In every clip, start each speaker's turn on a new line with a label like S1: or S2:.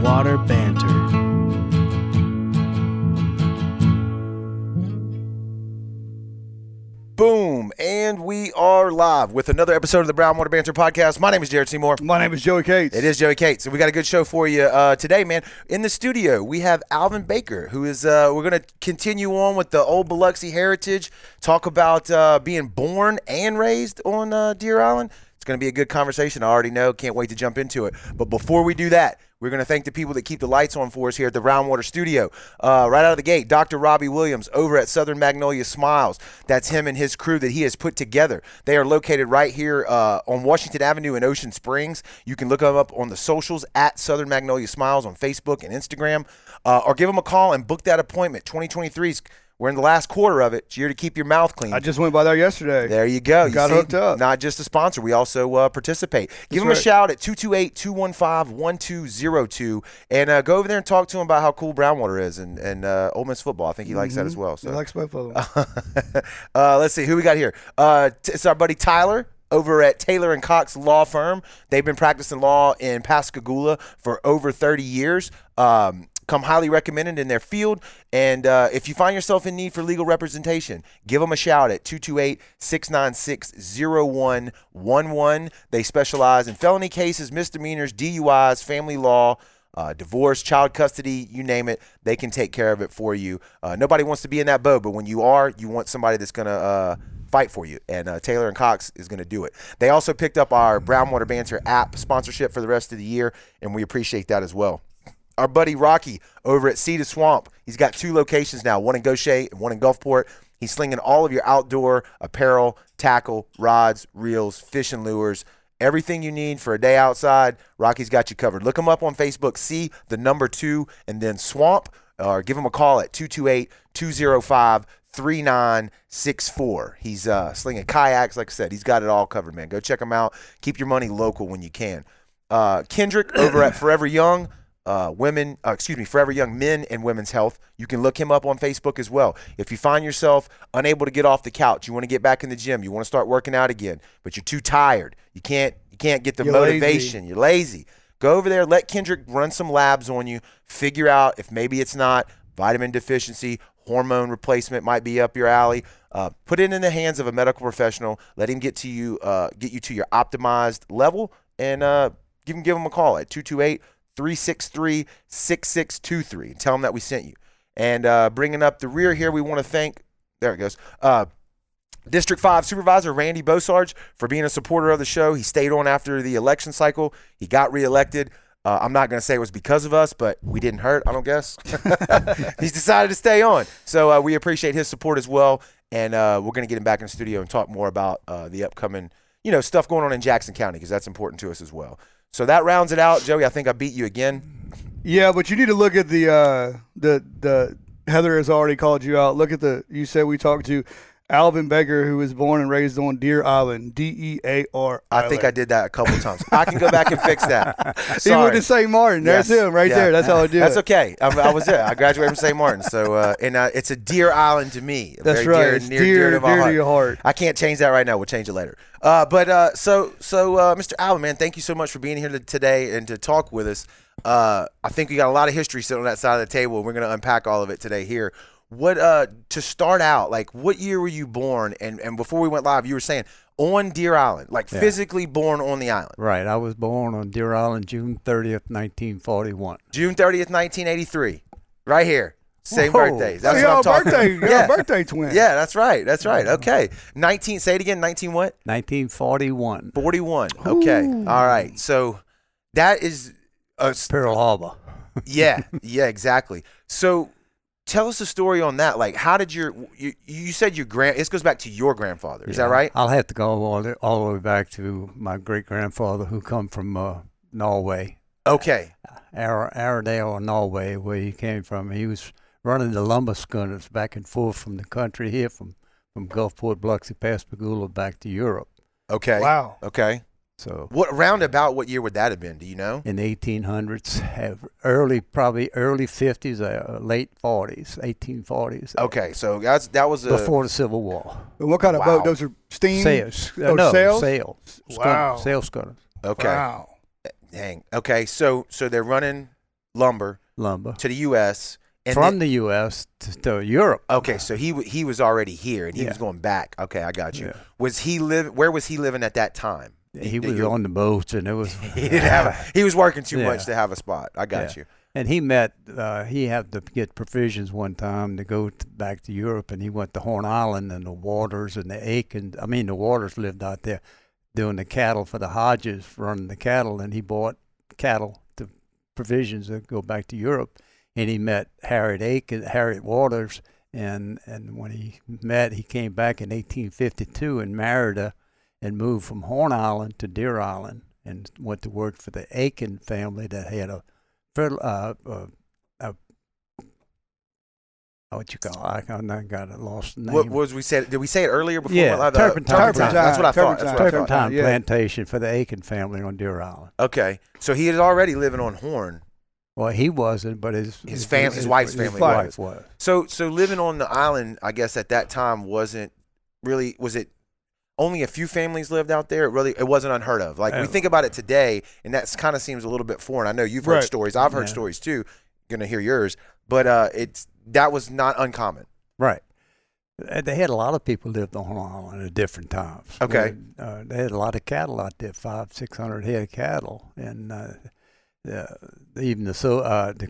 S1: Water Banter.
S2: Boom. And we are live with another episode of the Brown Water Banter Podcast. My name is Jared Seymour.
S3: My name is Joey Cates.
S2: It is Joey Cates. And we got a good show for you uh, today, man. In the studio, we have Alvin Baker, who is, uh, we're going to continue on with the old Biloxi heritage, talk about uh, being born and raised on uh, Deer Island. It's going to be a good conversation. I already know. Can't wait to jump into it. But before we do that, we're going to thank the people that keep the lights on for us here at the Roundwater Studio. Uh, right out of the gate, Dr. Robbie Williams over at Southern Magnolia Smiles. That's him and his crew that he has put together. They are located right here uh, on Washington Avenue in Ocean Springs. You can look them up on the socials at Southern Magnolia Smiles on Facebook and Instagram, uh, or give them a call and book that appointment. 2023's we're in the last quarter of it. It's your year to keep your mouth clean.
S3: I just went by there yesterday.
S2: There you go. You
S3: Got
S2: see,
S3: hooked up.
S2: Not just a sponsor. We also uh, participate. Give them a
S3: right.
S2: shout at 228-215-1202 and uh, go over there and talk to him about how cool Brownwater is and, and uh, Ole Miss football. I think he likes
S3: Mm-hmm.
S2: that as well. So
S3: I like both of them.
S2: Uh-huh. uh, let's see who we got here. Uh, t- it's our buddy Tyler over at Taylor and Cox Law Firm. They've been practicing law in Pascagoula for over 30 years. Um, come highly recommended in their field. And uh, if you find yourself in need for legal representation, give them a shout at 228-696-0111. They specialize in felony cases, misdemeanors, DUIs, family law uh, divorce, child custody, you name it, they can take care of it for you. Uh, nobody wants to be in that boat, but when you are, you want somebody that's going to uh, fight for you. And uh, Taylor and Cox is going to do it. They also picked up our Brownwater Banter app sponsorship for the rest of the year, and we appreciate that as well. Our buddy Rocky over at Cedar Swamp, he's got two locations now, one in Gaucher and one in Gulfport. He's slinging all of your outdoor apparel, tackle, rods, reels, fishing lures, Everything you need for a day outside, Rocky's got you covered. Look him up on Facebook, see the number two, and then Swamp, or give him a call at 228 205 3964. He's uh, slinging kayaks, like I said. He's got it all covered, man. Go check him out. Keep your money local when you can. Uh, Kendrick over at Forever Young. Uh, women, uh, excuse me, Forever Young Men and Women's Health. You can look him up on Facebook as well. If you find yourself unable to get off the couch, you want to get back in the gym, you want to start working out again, but you're too tired, you can't, you can't get the
S3: You're lazy.
S2: motivation, you're lazy. Go over there, let Kendrick run some labs on you, figure out if maybe it's not vitamin deficiency, hormone replacement might be up your alley. Uh, put it in the hands of a medical professional. Let him get to you, uh, get you to your optimized level, and uh, you can give him a call at 228 363 6623 and tell him that we sent you. And uh, bringing up the rear here, we want to thank, there it goes, uh, District 5 Supervisor Randy Bosarge for being a supporter of the show. He stayed on after the election cycle, he got reelected. Uh, I'm not going to say it was because of us, but we didn't hurt, I don't guess. He's decided to stay on. So uh, we appreciate his support as well. And uh, we're going to get him back in the studio and talk more about uh, the upcoming, you know, stuff going on in Jackson County because that's important to us as well. So that rounds it out. Joey, I think I beat you again.
S3: yeah, but you need to look at the uh, the the Heather has already called you out. Look at the you said we talked to Alvin Baker, who was born and raised on Deer Island, D E A R.
S2: I think I did that a couple times. I can go back and fix that.
S3: He went
S2: Sorry.
S3: to St. Martin. There's
S2: Yes.
S3: him right
S2: Yeah.
S3: there. That's how I do
S2: That's
S3: it.
S2: okay. I'm, I was there. I graduated from St. Martin, so uh, and uh, it's a dear island to me.
S3: That's
S2: Very
S3: right.
S2: Dear,
S3: It's
S2: near, dear, to
S3: dear-
S2: my
S3: dear to
S2: heart.
S3: your heart.
S2: I can't change that right now. We'll change it later. Uh, but uh, so so uh, Mr. Allen, man, thank you so much for being here to- today and to talk with us. Uh, I think we got a lot of history sitting on that side of the table. and We're going to unpack all of it today here. What uh, to start out? Like, what year were you born? And and before we went live, you were saying on Deer Island, like physically born on the island,
S4: Right. I was born on Deer Island, June 30th, 1941.
S2: June thirtieth, nineteen eighty three, right here. Same
S4: Whoa.
S2: birthdays.
S3: So
S2: That's what
S3: y'all
S2: I'm talking
S3: birthday,
S2: about.
S3: y'all birthday twin.
S2: Yeah, that's right. That's right. Okay. 19, say it again. 19 what?
S4: 1941,
S2: 41. Okay. All right. So that is, a, s-
S4: Pearl Harbor.
S2: yeah, yeah, exactly. So tell us the story on that. Like, how did your, you, you said your grand, this goes back to your grandfather. Is that right?
S4: I'll have to go all the, all the way back to my great grandfather, who come from uh, Norway,
S2: Okay.
S4: Ar- Aradale, Norway, where he came from. He was running the lumber schooners back and forth from the country here, from from Gulfport, Biloxi, Pascagoula, back to Europe.
S2: Okay.
S3: Wow.
S2: Okay.
S4: So
S2: What, round about what year would that have been? Do you know?
S4: in the 1800s, have early, probably early 50s, uh, late 40s, 1840s. uh,
S2: Okay. So that's, that was a,
S4: Before the Civil War.
S3: And what kind of
S2: Wow.
S3: boat? Those are steam
S4: Sales. Uh,
S3: Oh,
S4: no,
S3: sales?
S4: Sale.
S3: Wow.
S4: Sales cutter.
S2: okay.
S3: Wow.
S2: Dang. Okay. So, so they're running lumber
S4: lumber
S2: to the U.S. And
S4: from
S2: then-
S4: the U.S. to, to Europe.
S2: okay, so he w- he was already here and he was
S4: Yeah.
S2: going back. Okay, I got you.
S4: Yeah.
S2: Was he live? Where was he living at that time?
S4: He
S2: The-
S4: was
S2: your-
S4: on the boat, and it was
S2: He didn't have. A, he was working too
S4: Yeah.
S2: much to have a spot. I got
S4: Yeah.
S2: you.
S4: And he met, uh, he had to get provisions one time to go t- back to Europe, and he went to Horn Island and the Waters and the Aiken. I mean, the Waters lived out there doing the cattle for the Hodges, running the cattle, and he bought cattle to provisions to go back to Europe. And he met Harriet Aiken, Harriet Waters, and, and when he met, he came back in 1852 and married her and moved from Horn Island to Deer Island and went to work for the Aiken family that had a fertile, uh, uh, uh, what you call it? I got- I got it lost name.
S2: What was we said? Did we say it earlier before?
S4: Yeah,
S2: we allowed the-
S4: turpentine.
S2: turpentine. That's what I thought. That's what I
S3: Turpentine.
S2: thought.
S4: Turpentine
S3: yeah.
S4: plantation for the Aiken family on Deer Island.
S2: Okay, so he is already living on Horn.
S4: Well, he wasn't, but his
S2: His fam- his wife's family
S4: wife was.
S2: So so living on the island, I guess at that time wasn't really was it only a few families lived out there. It really it wasn't unheard of. Like we
S4: Uh,
S2: think about it today, and that's kind of seems a little bit foreign. I know you've heard
S3: Right.
S2: stories. I've heard
S4: Yeah.
S2: stories too. Gonna hear yours, but uh, it's that was not uncommon.
S4: Right. Uh, They had a lot of people lived on Long Island at different times.
S2: Okay.
S4: We- uh, they had a lot of cattle out there, five, six hundred head of cattle, and uh, uh, even the so uh, the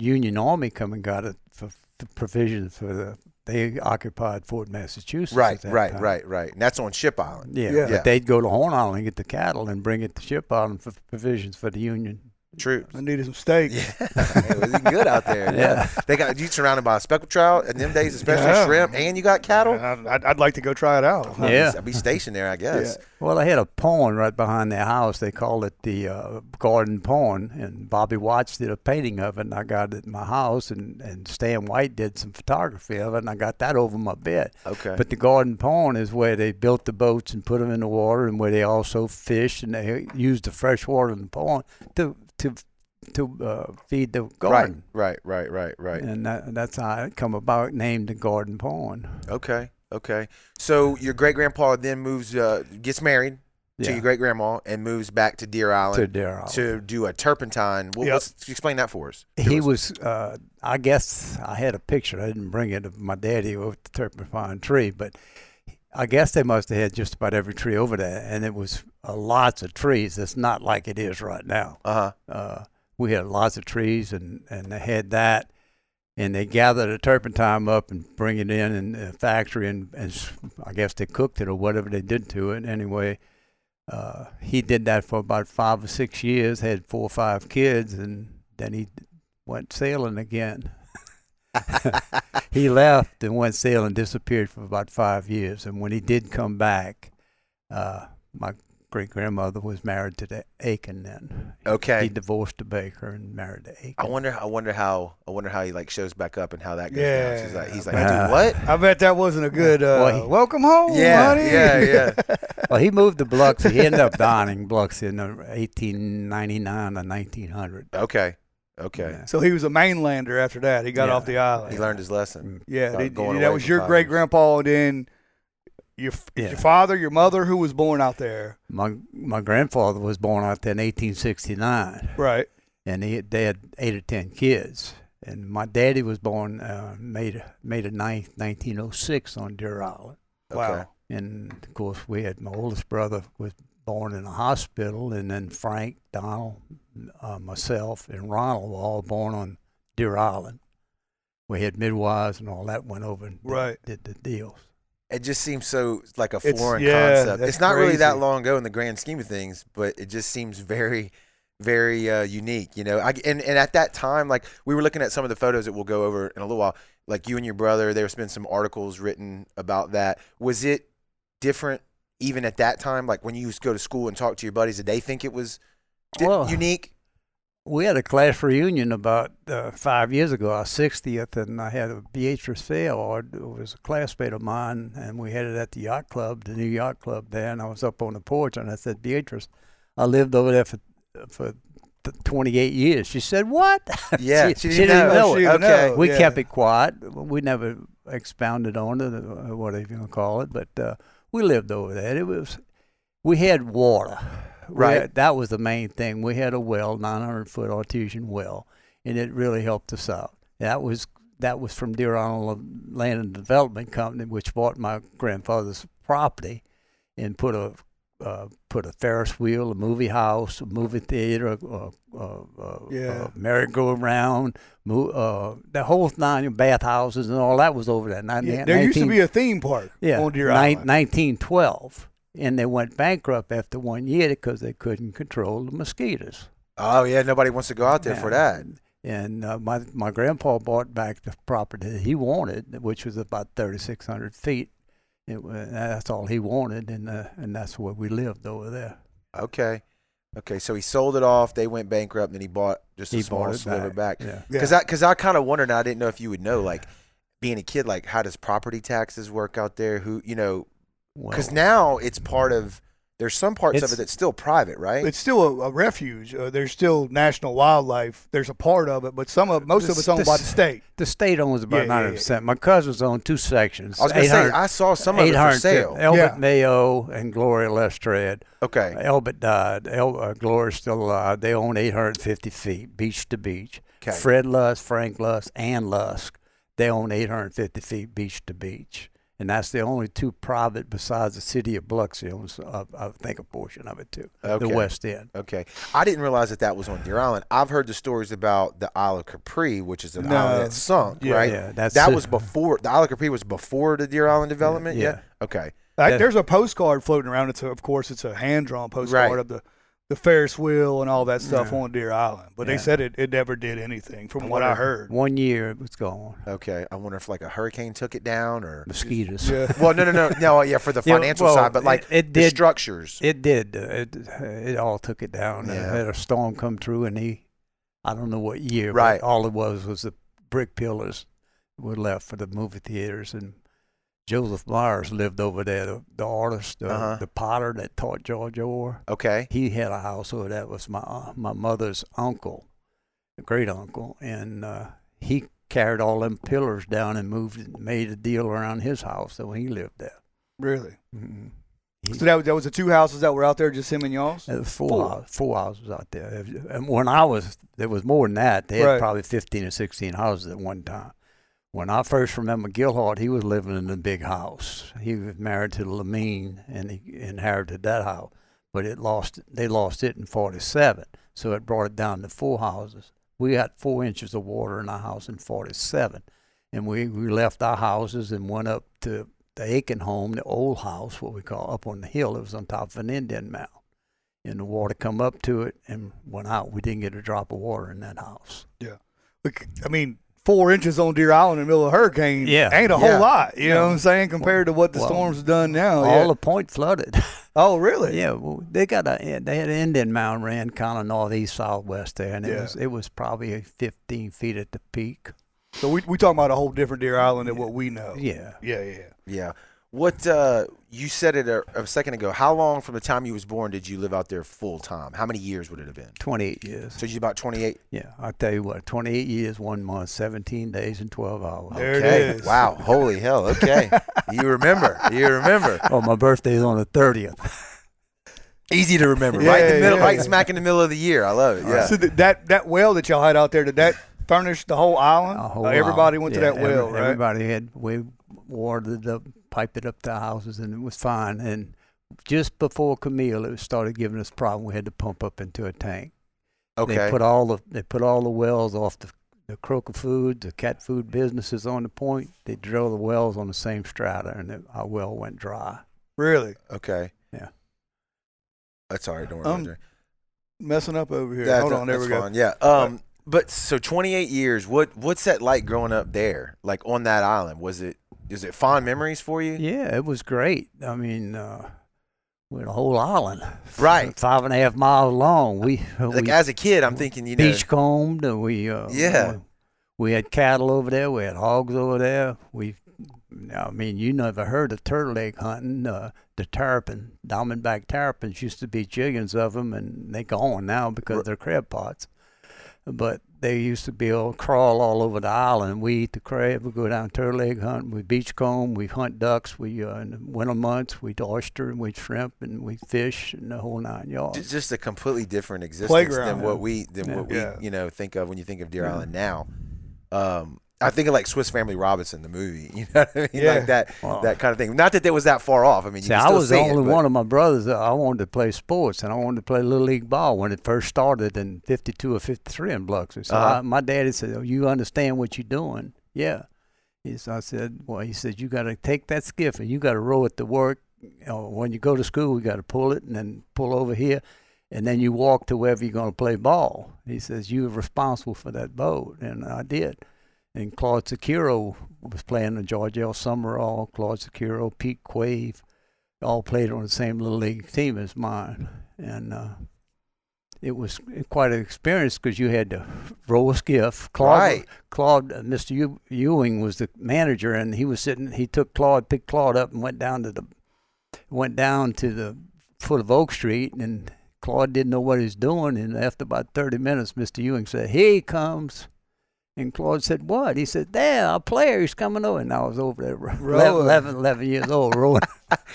S4: Union Army come and got it for, for provisions for the. They occupied Fort Massachusetts.
S2: Right,
S4: at that
S2: right,
S4: time.
S2: right, right. And that's on Ship Island.
S4: Yeah,
S3: Yeah.
S4: but
S2: Yeah.
S4: they'd go to Horn Island and get the cattle and bring it to Ship Island for provisions for the Union.
S2: True.
S3: I needed some steak.
S2: Yeah, it was good out there.
S4: Yeah.
S2: they got you surrounded by speckled trout, and them days especially
S3: Yeah.
S2: shrimp, and you got cattle.
S3: I'd, I'd- I'd like to go try it out.
S2: I'd be-
S4: Yeah.
S2: I'd be stationed there, I guess.
S4: Well, they had a pond right behind their house. They called it the uh, Garden Pond, and Bobby Watts did a painting of it, and I got it at my house, and, and Stan White did some photography of it, and I got that over my bed.
S2: Okay.
S4: But the Garden Pond is where they built the boats and put them in the water, and where they also fished, and they used the fresh water in the pond to to to uh, feed the garden.
S2: Right, right, right, right, right.
S4: And that, that's how it come about, named the Garden Pond.
S2: Okay, okay. So your great grandpa then moves, uh, gets married to
S4: Yeah,
S2: your great grandma, and moves back to Deer
S4: to
S2: Island
S4: Deer Island.
S2: to, do a turpentine. What,
S3: Yep.
S2: what's, explain that for us.
S4: He was, uh, I guess, I had a picture. I didn't bring it of my daddy with the turpentine tree, but I guess they must have had just about every tree over there, and it was uh, lots of trees. It's not like it is right now.
S2: Uh huh.
S4: Uh, we had lots of trees, and and they had that, and they gather the turpentine up and bring it in in the factory, and and s- I guess they cooked it or whatever they did to it. Anyway, uh, he did that for about five or six years, had four or five kids, and then he went sailing again. he left and went sailing, disappeared for about five years. And when he did come back, uh, my great grandmother was married to the Aiken then.
S2: Okay.
S4: He divorced the baker and married the Aiken.
S2: I wonder. I wonder how. I wonder how he like shows back up and how that goes.
S3: Yeah.
S2: down. She's like, he's like,
S4: Uh,
S2: dude, what?
S3: I bet that wasn't a good uh,
S4: Well, he-
S3: welcome home,
S2: yeah,
S3: honey.
S2: yeah, yeah,
S4: well, he moved to Biloxi. He ended up dying in Biloxi in uh, 1899 or 1900.
S2: Okay, okay.
S4: Yeah.
S3: So he was a mainlander after that. He got
S4: Yeah.
S3: off the
S2: He
S3: island.
S2: learned his lesson.
S3: Yeah,
S2: About
S3: they,
S2: going
S3: that
S2: away
S3: was
S2: for
S3: your
S2: five
S3: great
S2: years.
S3: grandpa, and then your f
S4: Yeah.
S3: your father, your mother, who was born out there,
S4: My, my grandfather was born out there in 1869.
S3: right?
S4: and he, they had eight or ten kids. And my daddy was born uh, May May the 9th, 1906, on Deer Island.
S3: Wow.
S2: Okay.
S4: And of course, we had my oldest brother was born in a hospital, and then Frank, Donald, uh, myself, and Ronald were all born on Deer Island. We had midwives and all that went over and did-
S3: Right.
S4: did, the deals.
S2: It just seems so like a
S3: It's-
S2: foreign
S3: yeah,
S2: concept.
S3: that's
S2: It's not really that
S3: crazy.
S2: long ago in the grand scheme of things, but it just seems very, very uh, unique. You know, I, and and at that time, like we were looking at some of the photos that we'll go over in a little while. Like you and your brother, there's been some articles written about that. Was it different even at that time? Like when you used to go to school and talk to your buddies, did they think it was di-
S4: Well,
S2: unique?
S4: We had a class reunion about uh, five years ago, our 60th, and I had a Beatrice Fail, who was a classmate of mine, and we had it at the yacht club, the new yacht club there, and I was up on the porch, and I said, Beatrice, I lived over there for uh, for th- 28 years. She said, what?
S2: Yeah,
S4: She-
S2: she,
S4: she
S2: didn't
S4: didn't
S2: know.
S4: know
S2: it.
S3: it. She didn't
S2: okay,
S3: know.
S4: we
S3: yeah.
S4: kept it quiet. We never expounded on it, or whatever you want to call it. But uh, we lived over that. It was we had water. We
S2: Right.
S4: had- that was the main thing. We had a well, 900 foot artesian well, and it really helped us out. That was that was from Deer Island Land and Development Company, which bought my grandfather's property and put a uh, put a Ferris wheel, a movie house, a movie theater, uh, uh, uh,
S3: Yeah.
S4: uh, merry-go-round, mo- uh, the whole nine bathhouses and all that was over there. Nin-
S3: Yeah, there used to
S4: 19
S3: be a theme park
S4: yeah,
S3: on Deer
S4: nine-
S3: Island.
S4: 1912, and they went bankrupt after one year because they couldn't control the mosquitoes.
S2: Oh yeah, nobody wants to go out there for
S4: Yeah.
S2: that.
S4: And uh, my my grandpa bought back the property that he wanted, which was about 3,600 feet. It was, that's all he wanted, and uh, and that's where we lived over there.
S2: Okay. Okay, so he sold it off. They went bankrupt, and then he bought just a
S4: he
S2: small
S4: bought it
S2: sliver back.
S4: Yeah.
S3: Yeah.
S2: Because I, cause I kind of wondered, and I didn't know if you would know, like being a kid, like how does property taxes work out there? Who, you know, because
S4: Well,
S2: now it's part of, there's some parts of
S4: It's-
S2: it that's still private, right?
S3: It's still a, a refuge. Uh, there's still national wildlife. There's a part of it, but some of most of
S4: This-
S3: it's owned by the
S4: this-
S3: state.
S4: the state owns about
S3: Yeah, yeah, yeah.
S4: 90%. My cousins own two sections.
S2: I was going to say,
S4: 800
S2: I saw some of it for
S4: 800
S2: sale.
S4: Elbert
S3: Yeah.
S4: Mayo and Gloria Lestrade.
S2: okay.
S4: Elbert died. El, uh, Gloria's still alive. They own 850 feet, beach to beach.
S2: 'Kay.
S4: Fred Lusk, Frank Lusk, and Lusk, they own 850 feet, beach to beach. And that's the only two private besides the city of Biloxi owns, uh, I think, a portion of it too.
S2: Okay.
S4: The West End.
S2: Okay. I didn't realize that that was on Deer Island. I've heard the stories about the Isle of Capri, which is an
S3: No.
S2: island that sunk,
S3: Yeah,
S2: right?
S4: yeah, that's
S2: that
S4: it.
S2: was before, the Isle of Capri was before the Deer Island development?
S4: yeah.
S2: Okay.
S3: Like,
S4: Yeah.
S3: There's a postcard floating around. It's a, of course it's a hand drawn postcard
S2: Right.
S3: of the the Ferris wheel and all that stuff on Deer Island. But they
S4: Yeah.
S3: said it, it never did anything, from what I heard.
S4: One year it was gone.
S2: Okay. I wonder if like a hurricane took it down or.
S4: Mosquitoes.
S3: Yeah.
S2: Well, no, no, no, no. Yeah, for the
S4: Yeah,
S2: financial
S4: well,
S2: side, but
S4: it-
S2: like
S4: it
S2: the
S4: did-
S2: structures.
S4: It did. uh, It it all took it down.
S2: Yeah.
S4: Uh, had a storm come through, and he, I don't know what year, but
S2: Right.
S4: all it was was the brick pillars were left for the movie theaters, and Joseph Myers lived over there, the, the artist, the,
S2: Uh-huh.
S4: the potter that taught George Orr.
S2: Okay.
S4: He had a house over that was my uh, my mother's uncle, great uncle, and uh, he carried all them pillars down and moved, and made a deal around his house, so he lived there.
S3: Really?
S2: Mm-hmm.
S4: mm
S3: So that, was- that was the two houses that were out there, just him and y'all's.
S4: It was Uh, four,
S3: Four.
S4: Hours, four houses out there. And when I was, there was more than that. They had
S3: Right.
S4: probably 15 or 16 houses at one time. When I first remember Gilhart, he was living in a big house. He was married to Lamine and he inherited that house. But it lost, they lost it in 47. So it brought it down to four houses. We got four inches of water in our house in 47. And we, we left our houses and went up to the Aiken home, the old house, what we call up on the hill. It was on top of an Indian mound and the water come up to it and went out. We didn't get a drop of water in that house.
S3: Look, I mean, four inches on Deer Island in the middle of a hurricane
S4: Yeah.
S3: ain't a
S2: Yeah.
S3: whole lot. You
S4: Yeah.
S3: know what I'm saying? Compared to what the
S4: Well,
S3: storm's done now.
S4: All
S3: Oh, yeah.
S4: the point flooded.
S3: oh, really?
S4: yeah, well, they got a eh, they had an Indian mound ran kind of northeast southwest there, and it
S3: Yeah.
S4: was it was probably 15 feet at the peak.
S3: So we we talking about a whole different Deer Island than what we know.
S4: Yeah,
S3: Yeah, yeah.
S2: Yeah. What uh, you said it a, a second ago. How long from the time you was born did you live out there full time? How many years would it have been?
S4: 28 years.
S2: So you about 28.
S4: Yeah, I tell you what, 28 years, one month, 17 days, and 12 hours.
S3: There it
S2: okay.
S3: is.
S2: Wow. Holy hell. Okay. you remember. You remember.
S4: Oh, my birthday's on the 30th.
S2: Easy to remember.
S3: Yeah,
S2: right in the middle.
S3: yeah,
S2: right
S3: yeah.
S2: smack in the middle of the year. I love it. Yeah.
S3: So th- that that well that y'all had out there, did that furnish the whole island?
S4: A whole
S3: Uh, everybody
S4: lot.
S3: went
S4: Yeah,
S3: to that
S4: every-
S3: well, right?
S4: Everybody had we watered it up, piped it up to houses, and it was fine. And just before Camille, it started giving us problem. We had to pump up into a tank. They
S2: okay.
S4: put all the they put all the wells off the the croaker food, the cat food businesses on the point. They drill the wells on the same strata, and it, our well went dry.
S3: Really
S2: okay.
S4: Yeah.
S2: That's all right. Don't worry.
S3: Um,
S2: about it.
S3: messing up over here.
S2: That-
S3: Hold
S2: that-
S3: on, there we
S2: that's
S3: go.
S2: fine. Yeah. Um. But so 28 years. What What's that like growing up there? Like on that island? Was it Is it fond memories for you?
S4: Yeah, it was great. I mean, uh, we had a whole island,
S2: Right.
S4: five and a half miles long. We
S2: Like
S4: we
S2: as a kid, I'm thinking, you know,
S4: beach combed and we uh,
S2: Yeah.
S4: we, we had cattle over there we had hogs over there we i mean you never heard of turtle egg hunting uh, the tarpon diamondback tarpons used to be jillions of them and they gone now because
S2: Ri-
S4: they're crab pots but they used to be able to crawl all over the island. We eat the crab. We go down turtle egg hunting. We beachcomb. We hunt ducks. We uh, in the winter months we oyster and we shrimp and we fish and the whole nine yards.
S2: It's just a completely different existence
S3: Playground.
S2: than what we than what we
S3: Yeah.
S2: you know think of when you think of Deer Island now. Um, I think of like Swiss Family Robinson, the movie. You know what I mean?
S3: Yeah.
S2: Like that
S4: Wow.
S2: that kind of thing. Not that they was that far off. I mean, you
S4: See,
S2: can
S4: I
S2: still
S4: was the
S2: see it,
S4: only
S2: but-
S4: one of my brothers that I wanted to play sports, and I wanted to play little league ball when it first started in '52 or '53 in Biloxi. So
S2: Uh-huh.
S4: I, my daddy said, oh, "You understand what you're doing?" Yeah. He, so I said, "Well," he said, "You got to take that skiff and you got to row it to work. You know, when you go to school, we got to pull it and then pull over here, and then you walk to wherever you're going to play ball." He says, "You're responsible for that boat," and I did. And Claude Securo was playing with George L. Summerall, Claude Securo, Pete Quave all played on the same little league team as mine, and uh, it was quite an experience because you had to row a skiff. Claude,
S2: Right.
S4: Claude, uh, Mr. Ew- Ewing was the manager, and he was sitting. He took Claude, picked Claude up, and went down to the went down to the foot of Oak Street, and Claude didn't know what he was doing. And after about thirty minutes, Mr. Ewing said, "Here he comes." And Claude said, "What?" He said, "There, a player. He's coming over." And I was over there, 11,
S3: Rowing.
S4: 11, 11 years old, rowing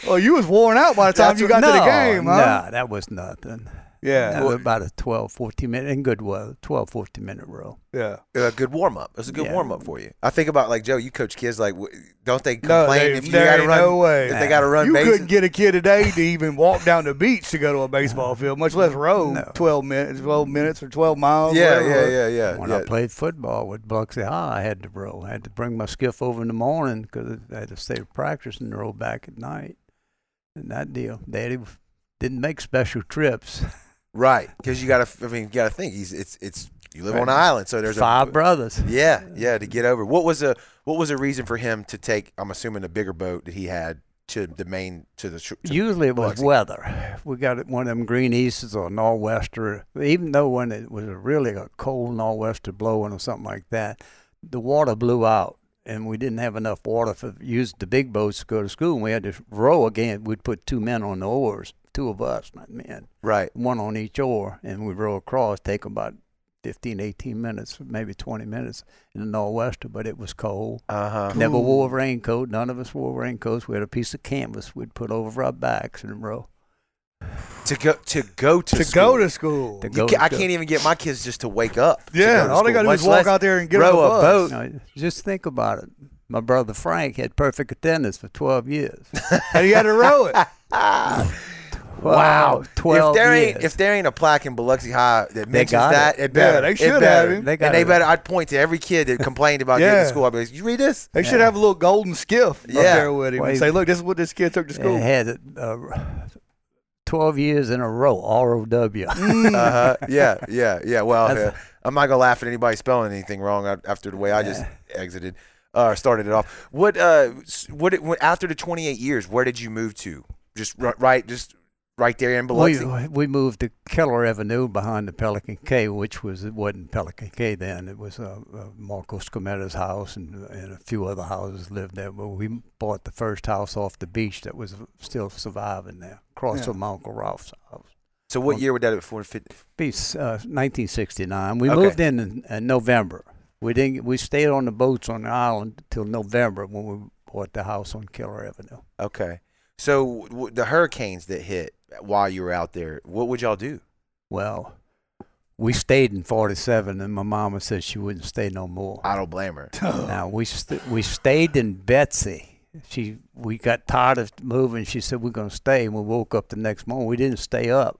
S3: Oh, you was worn out by the time
S4: that's
S3: you
S4: what-
S3: got to
S4: no,
S3: the game, huh?
S4: No, that was nothing.
S3: Yeah,
S4: That was about a 12, 14 minute, in good weather, 12, 14 minute row.
S3: yeah.
S2: a good warm up. It was a good
S4: Yeah.
S2: warm up for you. I think about like Joe. You coach kids like, w- don't they complain
S3: No, they,
S2: if you
S3: there
S2: got to
S3: ain't
S2: run?
S3: no way.
S2: If they got to run
S3: you
S2: bases?
S3: couldn't get a kid today to even walk down the beach to go to a baseball field, much less row
S4: No.
S3: 12 minutes, 12 minutes or 12 miles.
S2: yeah,
S3: whatever it
S2: yeah,
S3: was.
S2: yeah, yeah,
S4: When
S2: yeah.
S4: I played football with Biloxi High, I had to row. I had to bring my skiff over in the morning because I had to stay to practice and row back at night. And that deal. Daddy was- didn't make special trips.
S2: Right, because you got to. I mean, you got to think. He's it's it's you live on an
S4: Right.
S2: island, so there's
S4: Five
S2: A,
S4: brothers.
S2: yeah, yeah. To get over, what was a what was a reason for him to take? I'm assuming a bigger boat that he had to the main to the. sh- To,
S4: Usually it was
S2: Biloxi.
S4: weather. We got it- one of them green eases or nor'wester. Even though when it was really a cold nor'wester blowing or something like that, the water blew out, and we didn't have enough water for use the big boats to go to school. And we had to row again. We'd put two men on the oars, two of us, not men,
S2: right.
S4: one on each oar, and we row across. Take about 15, 18 minutes, maybe 20 minutes in the nor'wester, but it was cold.
S2: Uh huh.
S4: Never
S3: Cool.
S4: wore a raincoat. None of us wore raincoats. We had a piece of canvas we'd put over our backs and row.
S2: To go to go to
S3: To
S2: school.
S3: go to school.
S4: To
S2: You
S4: go
S2: ca- I
S4: to-
S2: can't even get my kids just to wake up. to
S3: yeah,
S2: go to
S3: all they
S2: school,
S3: got to do is
S2: much
S3: walk
S2: less
S3: out there and get
S2: row
S3: on the
S2: a boat.
S3: bus.
S4: Now, just think about it. My brother Frank had perfect attendance for 12 years.
S3: And you had to row it.
S4: Wow. 12
S2: if Ah, there
S4: years.
S2: ain't if there ain't a plaque in Biloxi High that mentions
S4: got
S2: that, it, better.
S3: they
S2: It
S3: should have
S2: better.
S3: it.
S4: They got
S2: and they
S4: it.
S2: better. I'd point to every kid that complained about getting
S3: Yeah.
S2: to school. I'd be like, "You read this?
S3: They should have a little golden skiff
S2: Yeah.
S3: up there with him
S4: Well,
S3: and
S4: he-
S3: say, look, this is what this kid took to
S4: It
S3: school.
S4: had uh, 12 years in a row, R-O-W.
S2: uh-huh. Yeah, yeah, yeah. Well,
S4: That's-
S2: uh, I'm not gonna laugh at anybody spelling anything wrong a- after the way I just exited or started it off. What? Uh, s- what? It, what after the 28 years, where did you move to? Just ri- right, just right there in Biloxi.
S4: we, we moved to Keller Avenue behind the Pelican K, which was, it wasn't Pelican K then. It was uh, uh, Marco Scameta's house and, and a few other houses lived there. But we bought the first house off the beach that was still surviving there, across
S3: Yeah.
S4: from my Uncle Ralph's house.
S2: so what year would that have been? 450?
S4: be s- uh, 1969. We
S2: Okay.
S4: moved in, in in November. We didn't. We stayed on the boats on the island till November when we bought the house on Keller Avenue.
S2: Okay. So w- the hurricanes that hit while you were out there, what would y'all do?
S4: Well, we stayed in 47, and my mama said she wouldn't stay no more.
S2: I don't blame her.
S4: Now we st- we stayed in Betsy. She we got tired of moving. She said we're gonna stay, and we woke up the next morning. We didn't stay up,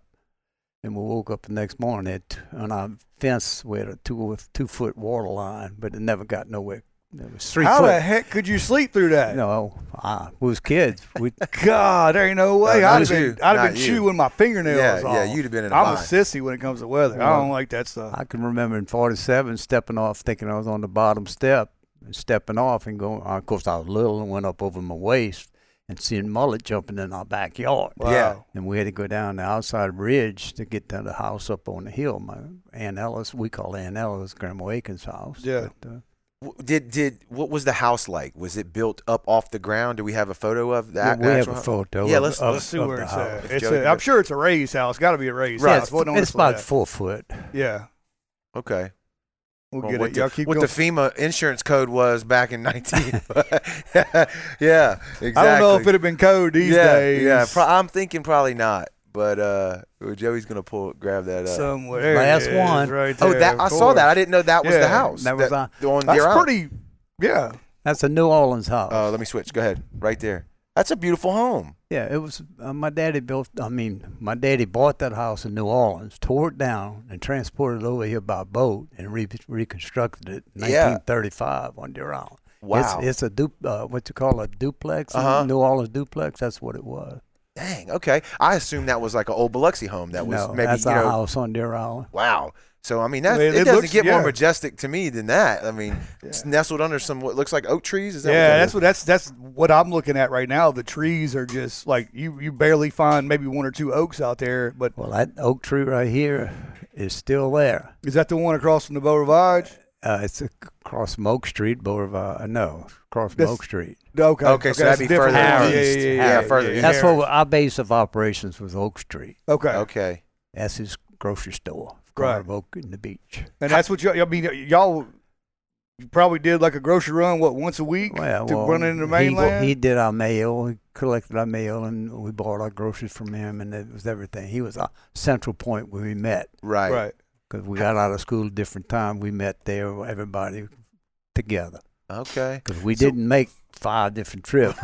S4: and we woke up the next morning. It on our fence we had a two two foot water line, but it never got nowhere. It was three
S3: How
S4: foot.
S3: the heck could you sleep through that?
S4: No, I, we was kids. We
S3: God, there ain't no way.
S2: No, not
S3: I'd have been,
S2: you.
S3: I'd
S2: Not
S3: have been
S2: you.
S3: chewing my fingernails
S2: yeah,
S3: off.
S2: yeah, you'd have been in a
S3: I'm a
S2: bind.
S3: sissy when it comes to weather. I
S4: Well,
S3: don't like that stuff.
S4: I can remember in '47 stepping off, thinking I was on the bottom step, and stepping off and going. Of course, I was little and went up over my waist, and seeing mullet jumping in our backyard.
S3: Wow.
S2: Yeah.
S4: And we had to go down the outside bridge to get to the house up on the hill. My Aunt Ellis, we call Aunt Ellis Grandma Aiken's house.
S3: Yeah.
S4: But, uh,
S2: W- Did did what was the house like? Was it built up off the ground? Do we have a photo of
S4: yeah,
S2: that?
S4: we have
S2: actual
S4: a
S2: house?
S4: photo.
S2: Yeah,
S4: of-
S2: let's-
S4: of,
S3: Let's see
S4: of
S3: where
S4: the
S3: it's
S4: house.
S3: at.
S2: If
S3: It's
S2: Joe
S3: a,
S2: can-
S3: I'm sure it's a raised house. Got to be a raised
S4: Yeah,
S3: house. Wasn't
S4: it's
S3: honestly
S4: about
S3: that.
S4: four foot.
S3: Yeah.
S2: Okay.
S3: We'll
S2: Well,
S3: get
S2: what
S3: it.
S2: the-
S3: Y'all keep
S2: what
S3: going.
S2: the FEMA insurance code was back in 19. yeah, exactly.
S3: I don't know if it had been code these
S2: yeah,
S3: days.
S2: Yeah, pro- I'm thinking probably not, but uh, Joey's gonna pull grab that up.
S3: somewhere. There it
S4: Last
S3: is,
S4: one.
S3: right
S2: oh,
S3: there,
S2: that
S3: of
S2: I saw that. I
S3: course.
S2: didn't know that was the
S3: Yeah,
S2: house.
S4: that was
S2: on
S3: That's
S2: Deer Island.
S3: pretty. Yeah,
S4: That's a New Orleans house.
S2: Uh, let me switch. Go ahead. Right there. That's a beautiful home.
S4: Yeah, it was uh, my daddy built. I mean, my daddy bought that house in New Orleans, tore it down, and transported it over here by boat and re- reconstructed it in
S2: Yeah.
S4: 1935 on Deer Island.
S2: Wow.
S4: it's, it's a du- uh, what you call a duplex, a
S2: Uh-huh.
S4: New Orleans duplex. That's what it was.
S2: Dang. Okay. I assume that was like an old Biloxi home. That was
S4: no,
S2: maybe
S4: that's
S2: you
S4: our
S2: know.
S4: house on Deer Island.
S2: Wow. So I mean, that's,
S3: I mean,
S2: it,
S3: it
S2: doesn't
S3: looks-
S2: get more
S3: yeah.
S2: majestic to me than that. I mean, it's nestled under some what looks like oak trees. Is that what
S3: yeah.
S2: that
S3: That's
S2: is?
S3: what that's that's what I'm looking at right now. The trees are just like you you barely find maybe one or two oaks out there. But
S4: Well, that oak tree right here is still there.
S3: is that the one across from the Beau Rivage?
S4: Uh, it's ac- across from Oak Street Boulevard. Uh, no, across from
S3: That's-
S4: Oak Street.
S3: Okay.
S2: Okay, so that'd be
S3: that's different.
S2: further
S3: Yeah, yeah,
S2: east.
S3: Yeah, yeah,
S2: Yeah,
S3: yeah,
S2: further
S3: yeah,
S2: east.
S3: yeah.
S4: That's what our base of operations was Oak Street.
S3: Okay.
S2: Okay.
S4: That's his grocery store,
S3: Right.
S4: Carve Oak in the beach.
S3: And that's what y'all. I mean, y'all probably did like a grocery run what once a week
S4: Well,
S3: to
S4: well,
S3: run into the
S4: he-
S3: mainland.
S4: He, did our mail. He collected our mail, and we bought our groceries from him, and it was everything. He was a central point where we met
S2: Right.
S3: right.
S4: because we got out of school at different time. We met there, everybody together,
S2: Okay.
S4: because we
S2: So-
S4: didn't make five different trips.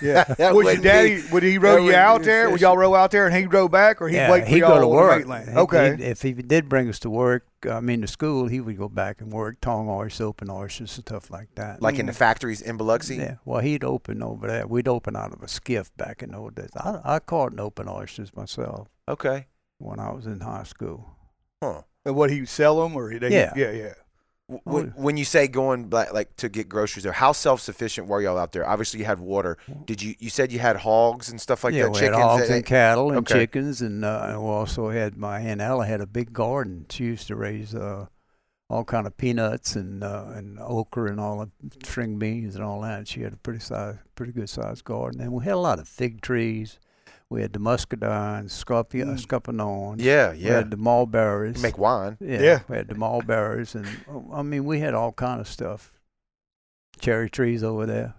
S3: Yeah.
S2: That
S3: Would your
S2: wouldn't be-
S3: daddy? would he
S2: that
S3: row you
S2: wouldn't
S3: out
S2: be
S3: there? Would
S2: efficient.
S3: y'all row out there and he row back, or he'd
S4: yeah,
S3: wait for
S4: he'd
S3: y'all
S4: go to
S3: on
S4: work.
S3: the mainland?
S4: He-
S3: Okay.
S4: he- if he did bring us to work, uh, I mean to school, he would go back and work tong oysters, open oysters, and stuff like that.
S2: Like in the factories in Biloxi.
S4: Mm.
S3: E?
S4: Yeah, well, he'd open over there. We'd open out of a skiff back in the old days. I, I caught an open oysters myself
S2: Okay.
S4: when I was in high school.
S2: Huh.
S3: and what he sell them, or he? they-
S4: Yeah.
S3: Yeah. Yeah.
S4: Oh,
S2: W- When,
S4: yeah.
S2: when you say going black, like to get groceries, or how self sufficient were y'all out there? Obviously, you had water. Did you? You said you had hogs and stuff like
S4: Mm. yeah,
S2: that.
S4: we
S2: chickens. eh,
S4: had hogs
S2: that-
S4: and cattle and
S2: okay.
S4: chickens, and uh, and we also had my aunt Ella had a big garden. She used to raise uh, all kind of peanuts and uh, and okra and all the string beans and all that. she had a pretty size, pretty good sized garden, and we had a lot of fig trees. We had the muscadine, scorpion,
S3: Mm.
S4: scorpion.
S2: eh, yeah,
S4: We
S2: yeah.
S4: had the mulberries.
S2: You make wine.
S4: Yeah,
S3: Yeah.
S4: we had the mulberries, and oh, I mean, we had all kind of stuff. Cherry trees over there,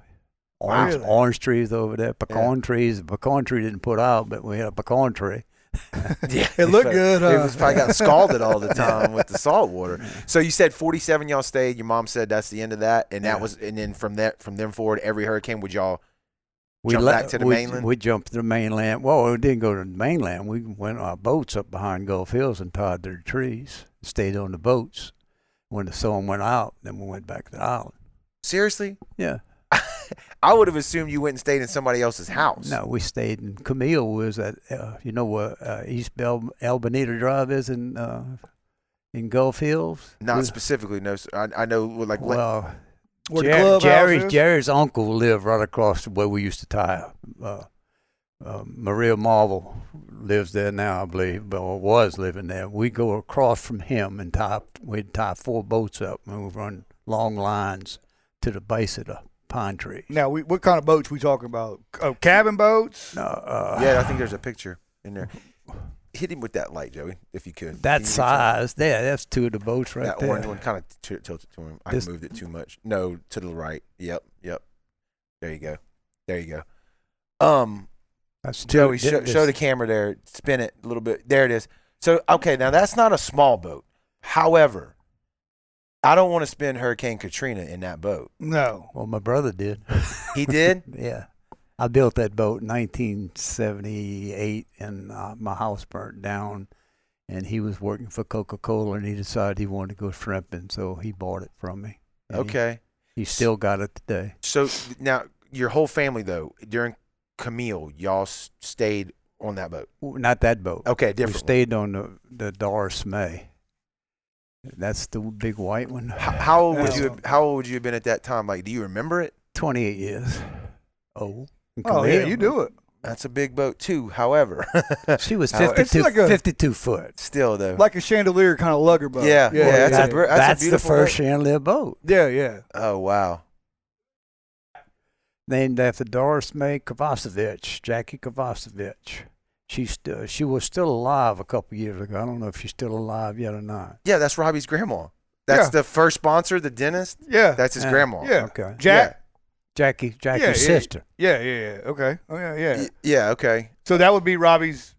S4: orange,
S3: Really?
S4: orange trees over there, pecan trees. The pecan tree didn't put out, but we had a pecan tree.
S2: Yeah,
S3: It looked good.
S2: It
S4: uh,
S3: huh?
S2: was probably got scalded all the time with the salt water. So you said 47 y'all stayed. Your mom said that's the end of that, and that
S4: Yeah.
S2: was, and then from that, from then forward, every hurricane would y'all.
S4: We
S2: Jump
S4: le-
S2: back to the
S4: we,
S2: mainland?
S4: We jumped to the mainland. Well, we didn't go to the mainland. We went our boats up behind Gulf Hills and tied their trees. Stayed on the boats. When the sun went out, then we went back to the island.
S2: Seriously,
S4: Yeah.
S2: I would have assumed you went and stayed in somebody else's house.
S4: No, we stayed in Camille was at uh, you know where uh, East Bel- Albanita Drive is in uh, in Gulf Hills.
S2: not
S4: We-
S2: specifically. No, sir. I, I know like what-
S4: well,
S3: Where the
S4: Jer-
S3: clubhouse
S4: Jerry's
S3: is?
S4: Jerry's uncle lived right across the way we used to tie. Uh, uh, Maria Marvel lives there now, I believe, but or was living there. We go across from him and tie. We'd tie four boats up and we'd run long lines to the base of the pine tree.
S3: Now, we, what kind of boats we talking about? Oh, cabin boats.
S4: No, uh,
S2: Yeah, I think there's a picture in there. Hit him with that light, Joey, if you could. Can you
S4: that
S2: get
S4: size there. That's two of the boats
S2: some-
S4: right
S2: that
S4: there.
S2: orange one kind of t- tilted to him. I
S4: This-
S2: moved it too much. No, to the right. Yep, yep. There you go. There you go. Um,
S4: That's two-
S2: Joey,
S4: th-
S2: show,
S4: this-
S2: show the camera there. Spin it a little bit. There it is. So, okay, now that's not a small boat. However, I don't want to spin Hurricane Katrina in that boat.
S3: No.
S4: Well, my brother did.
S2: He did?
S4: yeah, I built that boat in 1978, and uh, my house burnt down. And he was working for Coca Cola, and he decided he wanted to go shrimping, so he bought it from me. And he-
S2: okay.
S4: he, still got it today.
S2: So now your whole family though during Camille, y'all s- stayed on that boat.
S4: Well, Not that boat.
S2: Okay,
S4: we
S2: Oh, different. one.
S4: stayed on the the Doris May. That's the big white one.
S2: How, how old would
S3: Yeah.
S2: you have, how old would you have been at that time? Like, do you remember it?
S4: 28 years old. in
S3: Oh yeah,
S4: Kaleo.
S3: you do it.
S2: That's a big boat too. However,
S4: She was
S2: How- it's
S4: 52,
S3: like a-
S4: 52 foot.
S2: still though,
S3: Like a chandelier kind of lugger boat.
S2: Yeah, yeah,
S3: yeah,
S2: that's a
S3: yeah.
S2: br- that's a
S4: the
S2: beautiful
S4: first
S2: boat.
S4: chandelier boat.
S3: yeah, yeah.
S2: oh wow,
S4: named after Doris May Kovacevic, Jackie Kovacevic. She's still, she was still alive a couple years ago. I don't know if she's still alive yet or not.
S2: yeah, that's Robbie's grandma. That's
S3: Yeah.
S2: the first sponsor, the dentist.
S3: Yeah.
S2: That's his
S4: Yeah.
S2: grandma.
S3: yeah.
S4: Okay.
S3: Jack.
S4: Jackie, Jackie's
S3: Yeah, yeah.
S4: sister.
S3: Yeah. yeah. Yeah. Okay. Oh yeah. Yeah.
S2: Y- yeah. Okay.
S3: So that would be Robbie's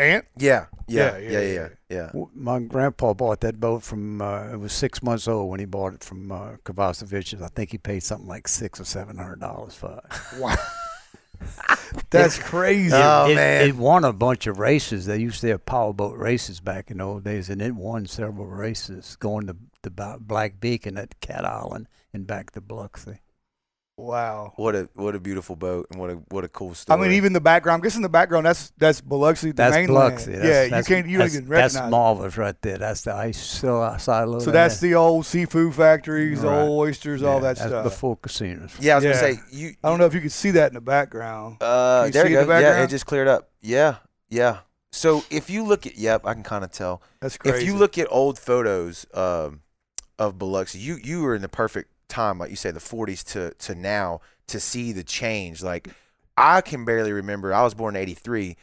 S3: aunt.
S2: Yeah. Yeah.
S3: Yeah,
S2: Yeah. Yeah.
S3: yeah,
S2: Yeah.
S3: yeah.
S4: W- My grandpa bought that boat from. Uh, it was six months old when he bought it from uh, Kovacevich's. I think he paid something like six or seven hundred dollars for it.
S2: Wow.
S3: That's crazy.
S2: Oh,
S4: it,
S2: man.
S4: it won a bunch of races. They used to have powerboat races back in the old days, and it won several races going to the Black Beak and at Cat Island and back to Biloxi.
S3: wow.
S2: What a what a beautiful boat and what a what a cool
S3: I
S2: story.
S3: mean, even the background. I'm guessing the background. That's that's Biloxi. The
S4: That's
S3: mainland.
S4: Biloxi. That's,
S3: yeah.
S4: that's,
S3: you can't. You don't
S4: that's,
S3: even
S4: that's
S3: recognize. it.
S4: marvelous right there. That's the ice silo. silo
S3: So that's the old seafood factories, the
S4: Right.
S3: old oysters, all that
S4: that's
S3: stuff.
S4: Before casinos.
S2: yeah, I was
S3: yeah.
S2: gonna say you.
S3: I don't know if you could see that in the background.
S2: Uh,
S3: Can you
S2: there
S3: see
S2: you
S3: the
S2: go. yeah, it
S3: background?
S2: just cleared up. Yeah. Yeah. So if you look at, yep, I can kind of tell.
S3: That's crazy.
S2: If you look at old photos um, of Biloxi, you you were in the perfect time, like you say, the 40s to to now to see the change. Like I can barely remember. I was born in '83.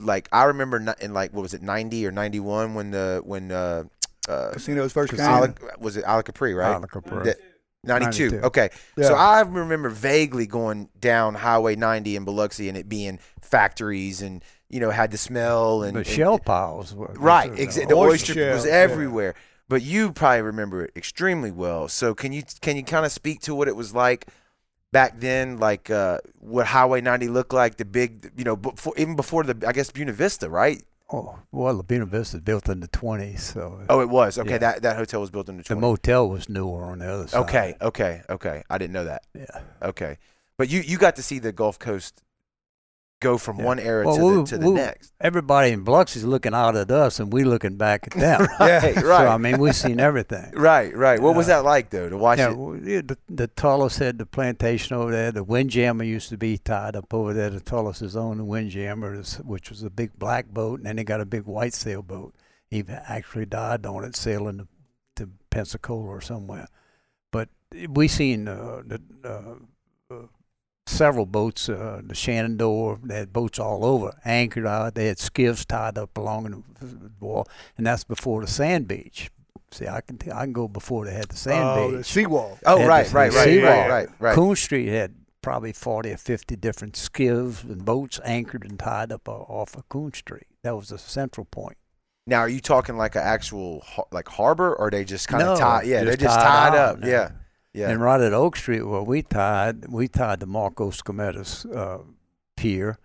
S2: Like I remember ni- in like what was it '90 or '91 when the when uh, uh,
S3: casinos first
S4: Casino.
S3: came.
S2: Ala, was it Ala Capri right?
S4: Isla Capri.
S2: That- 92.
S4: 92.
S2: Okay.
S3: Yeah.
S2: So I remember vaguely going down Highway 90 in Biloxi and it being factories and, you know, had the smell and.
S4: the
S2: and-
S4: shell piles. Were,
S2: Right.
S4: those are
S2: Exa-
S4: the
S2: the oyster
S3: oyster
S2: was
S3: shells, yeah.
S2: everywhere. But you probably remember it extremely well. So can you can you kind of speak to what it was like back then, like uh, what Highway 90 looked like, the big, you know, before, even before the, I guess, Buena Vista, right?
S4: Oh, well, La Buena Vista was built in the 20s, so
S2: Oh, it was. Okay,
S4: Yeah.
S2: that, that hotel was built in the
S4: the
S2: 20s.
S4: motel was newer on the other side.
S2: okay, okay, okay. I didn't know that.
S4: Yeah.
S2: Okay, but you you got to see the Gulf Coast go from
S4: Yeah.
S2: one era
S4: Well,
S2: to
S4: we-
S2: the, to the
S4: we-
S2: next.
S4: Everybody in Biloxi's looking out at us, and we looking back at them.
S2: Right,
S4: So,
S2: right.
S4: I mean, we've seen everything.
S2: Right, right. What was
S4: Yeah.
S2: that like though to watch
S4: Yeah,
S2: it?
S4: well, yeah, the, the Tullis had the plantation over there. The windjammer used to be tied up over there. The Tullises owned the windjammer, this- which was a big black boat, and then they got a big white sailboat. He actually died on it sailing to, to Pensacola or somewhere. But we seen uh, the, uh, uh, several boats, uh, the Shenandoah, they had boats all over, anchored out. They had skiffs tied up along the wall, and that's before the sand beach. See, I can t- I can go before they had the sand
S3: oh,
S4: beach.
S3: the seawall.
S2: Oh,
S4: Yeah,
S2: right,
S4: the-
S2: right,
S4: the
S2: right,
S4: seawall.
S2: right, right, right.
S4: Coon Street had probably 40 or 50 different skiffs and boats anchored and tied up o- off of Coon Street. That was the central point.
S2: Now, are you talking like an actual har- like harbor, or are they just kind of
S4: No,
S2: tied? Yeah,
S4: just
S2: they're just tied,
S4: tied
S2: up.
S4: on, yeah.
S2: Yeah, yeah.
S4: And right at Oak Street, where we tied, we tied the Marco Scometta's uh, pier,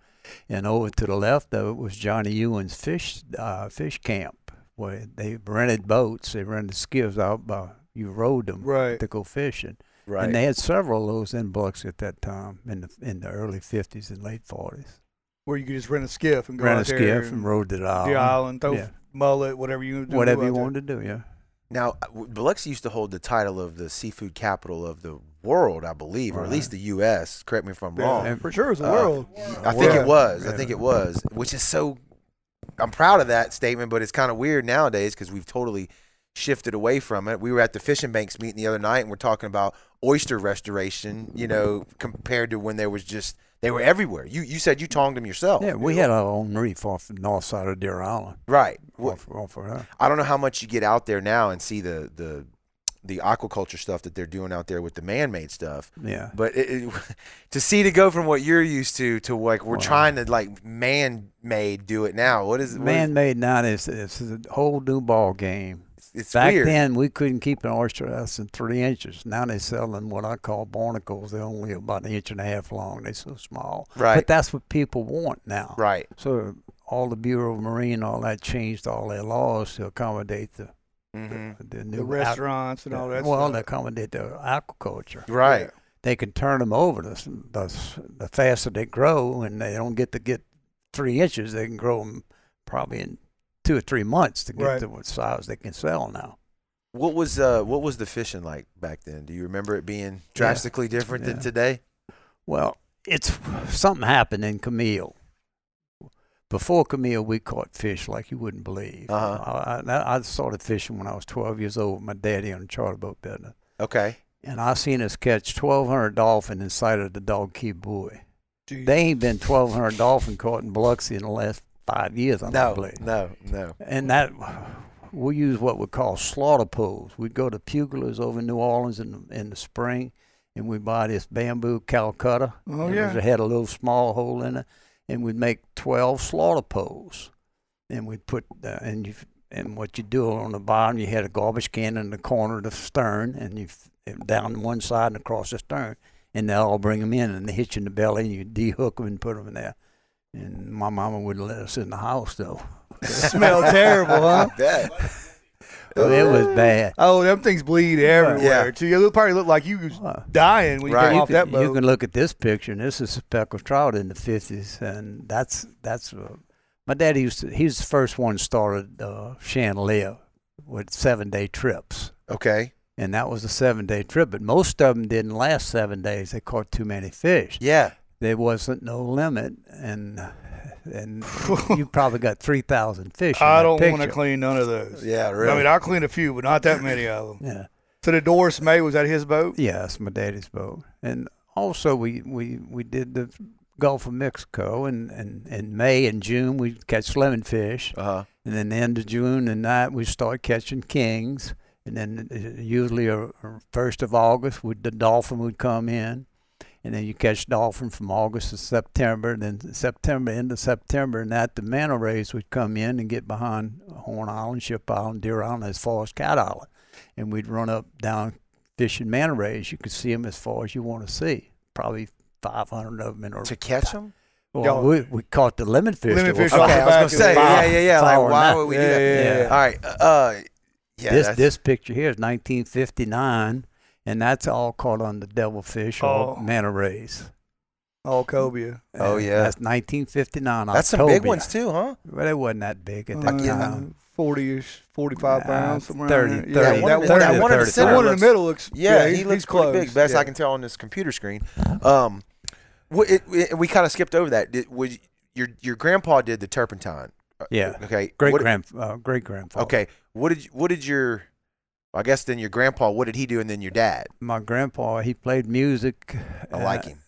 S4: and over to the left of it was Johnny Ewan's fish uh, fish camp, where they rented boats. They rented skiffs out by you rowed them
S3: Right.
S4: to go fishing.
S2: right.
S4: And they had several of those in Biloxi at that time in the in the early fifties and late forties.
S3: Where you could just rent a skiff and go
S4: Ran a
S3: out there
S4: skiff and
S3: and
S4: rode it all.
S3: the island, throw
S4: yeah.
S3: mullet, whatever you do.
S4: Whatever
S3: out
S4: you
S3: there.
S4: wanted to do, yeah.
S2: now, uh, w- Biloxi used to hold the title of the seafood capital of the world, I believe, or at
S4: Right.
S2: least the U.S. Correct me if I'm
S3: Yeah,
S2: wrong.
S4: And-
S3: For sure, it's the
S2: Uh,
S3: world.
S2: I think
S3: Yeah.
S2: it was. I
S4: Yeah.
S2: think it was, which is so. I'm proud of that statement, but it's kind of weird nowadays because we've totally shifted away from it. We were at the fishing banks meeting the other night, and we're talking about oyster restoration. You know, compared to when there was just they were everywhere. You you said you tonged them yourself.
S4: Yeah, we had our own reef off the north side of Deer Island.
S2: right. Wh-
S4: Off, off of that.
S2: I don't know how much you get out there now and see the the the aquaculture stuff that they're doing out there with the man-made stuff.
S4: Yeah.
S2: But it, it, to see to go from what you're used to to like we're
S4: Wow.
S2: trying to like man-made do it now. What is what is-
S4: Man made now is it's a whole new ball game.
S2: It's, it's
S4: Back
S2: weird.
S4: then we couldn't keep an oyster less than three inches. Now they're selling what I call barnacles. They're only about an inch and a half long. They're so small.
S2: Right.
S4: But that's what people want now.
S2: right.
S4: So all the Bureau of Marine, all that changed all their laws to accommodate the
S2: hmm
S4: the, new
S3: Mm-hmm. The
S4: aqu-
S3: restaurants and all that.
S4: Well, to
S3: stuff.
S4: accommodate the aquaculture,
S2: Right.
S4: they can turn them over. The, s- the s- the faster they grow, and they don't get to get three inches, they can grow them probably in two or three months to get
S3: Right.
S4: to what size they can sell now.
S2: What was uh what was the fishing like back then? Do you remember it being drastically different than
S4: Yeah.
S2: today?
S4: Well, it's something happened in Camille. Before Camille, we caught fish like you wouldn't believe.
S2: Uh-huh.
S4: I, I, I started fishing when I was 12 years old with my daddy on a charter boat business.
S2: Okay.
S4: and I seen us catch twelve hundred dolphin inside of the Dog Key buoy.
S3: Jeez.
S4: They ain't been twelve hundred dolphin caught in Biloxi in the last five years, I don't
S2: No.
S4: believe.
S2: No. No.
S4: And that we use what we call slaughter poles. We'd go to Puglers over in New Orleans in, in the spring, and we'd buy this bamboo Calcutta.
S3: Oh,
S4: it
S3: yeah.
S4: was- it had a little small hole in it, and we'd make 12 slaughter poles. And we'd put, uh, and you and what you do on the bottom, you had a garbage can in the corner of the stern, and you down one side and across the stern, and they'll all bring them in, and they hit you in the belly, and you de-hook them and put them in there. And my mama wouldn't let us in the house though.
S3: Smell terrible, huh?
S2: bet.
S4: Oh, it was bad.
S3: Oh, them things bleed everywhere.
S2: Yeah.
S3: Too. You look- probably look like you was
S4: Uh,
S3: dying when you
S2: Right.
S3: came
S4: you,
S3: off
S4: can,
S3: that
S4: you
S3: boat.
S4: can look at this picture, and this is a speckled trout in the fifties, and that's that's. Uh, my daddy used to. He was the first one started uh, chandelier with seven day trips.
S2: Okay.
S4: and that was a seven day trip. But most of them didn't last seven days. They caught too many fish.
S2: Yeah.
S4: There wasn't no limit, and and you probably got three thousand fish. in
S3: I
S4: that
S3: don't want to
S4: picture.
S3: clean none of those.
S2: Yeah.
S3: I mean, I cleaned a few, but not that many of them.
S4: Yeah,
S3: So the Doris May was at his boat.
S4: yeah, that's my daddy's boat, and also we we we did the Gulf of Mexico, and and in May and June we catch lemonfish,
S2: uh huh.
S4: and then the end of June and night we start catching kings, and then uh, usually uh, uh, first of August would the dolphin would come in, and then you catch dolphin from August to September, and then September into September, and that the manta rays would come in and get behind Horn Island, Ship Island, Deer Island, as far as Cat Island, and we'd run up down fishing manta rays. You could see them as far as you want to see, probably. 500 of them in a
S2: To catch them?
S4: well, we, we caught the lemonfish. that were
S3: Lemonfish
S4: five-
S3: off the
S2: Okay, I was
S3: back
S2: gonna
S3: of
S2: say, yeah,
S3: the boat.
S2: yeah, yeah. Like,
S4: Following
S2: why
S4: that.
S2: would we do
S3: Yeah,
S2: that?
S3: yeah,
S4: Yeah.
S3: yeah.
S4: yeah.
S2: All right. Uh, yeah.
S4: this
S2: that's-
S4: this picture here is 1959, and that's all caught on the devilfish
S3: Oh.
S4: or manta rays.
S3: All cobia.
S2: Oh, yeah.
S4: that's 1959.
S2: That's some big
S4: Octobia.
S2: ones too, huh?
S4: Well, they wasn't that big at
S3: Uh,
S4: that
S2: yeah.
S4: time.
S3: 40 ish, 45
S4: Nah,
S3: pounds, somewhere
S4: 30,
S3: around there.
S4: thirty.
S3: that
S2: That
S3: one,
S4: one in the-
S3: that
S4: that one in the
S3: one-
S4: center
S3: the one in
S2: looks-
S3: the middle looks.
S2: Yeah, he,
S3: he's
S2: looks
S3: close.
S2: pretty big, best
S3: Yeah.
S2: I can tell on this computer screen. Um, wh- it, it- we kind of skipped over that. Did, was your your grandpa did the turpentine? Uh,
S4: Yeah.
S2: Okay.
S4: Great
S2: what-
S4: grand, uh, great grandfather.
S2: Okay. What did you- what did your I guess then your grandpa. What did he do? And then your dad.
S4: My grandpa, he played music.
S2: I like him.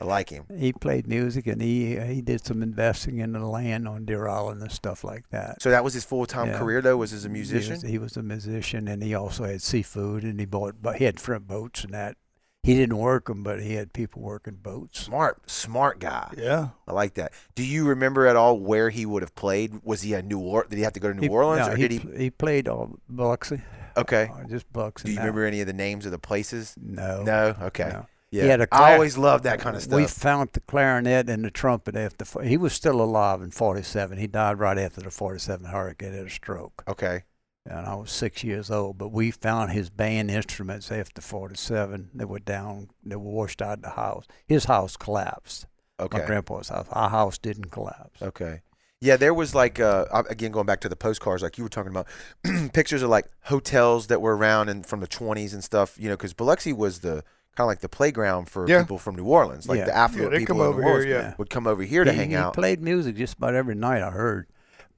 S2: I like him.
S4: He played music, and he he did some investing in the land on Deer Island and stuff like that.
S2: So that was his full time
S4: Yeah.
S2: career though. Oh, Was as a
S4: He was-
S2: musician?
S4: He was, a musician, and he also had seafood, and he bought, but he had front boats and that. He didn't work them, but he had people working boats.
S2: Smart, smart guy.
S3: Yeah.
S2: I like that. Do you remember at all where he would have played? Was he a New Or? Did he have to go to New
S4: He-
S2: Orleans,
S4: no,
S2: or
S4: he,
S2: did he?
S4: pl- He played all Biloxi.
S2: Okay.
S4: uh, just Biloxi.
S2: Do you
S4: now.
S2: remember any of the names of the places?
S4: No.
S2: No. Okay.
S4: no.
S2: Yeah.
S4: had a
S2: I
S4: cla-
S2: always loved that kind of stuff.
S4: We found the clarinet and the trumpet after. fo- He was still alive in '47. He died right after the '47 hurricane had a stroke,
S2: Okay.
S4: and I was six years old. But we found his band instruments after '47 that were down, that were washed out of the house. His house collapsed. my
S2: Okay.
S4: grandpa's house. Our house didn't collapse.
S2: Okay. Yeah, there was like uh, I- again going back to the postcards, like you were talking about, pictures of like hotels that were around and from the 20s and stuff. You know, because Biloxi was the kind of like the playground for
S3: Yeah.
S2: people from New Orleans, like
S4: Yeah.
S2: the
S3: Yeah,
S2: affluent
S3: they
S2: people
S3: come
S2: in
S3: over
S2: New Orleans
S3: here. Yeah.
S2: would come over here to
S4: he,
S2: hang
S4: he
S2: out.
S4: played music just about every night. I heard.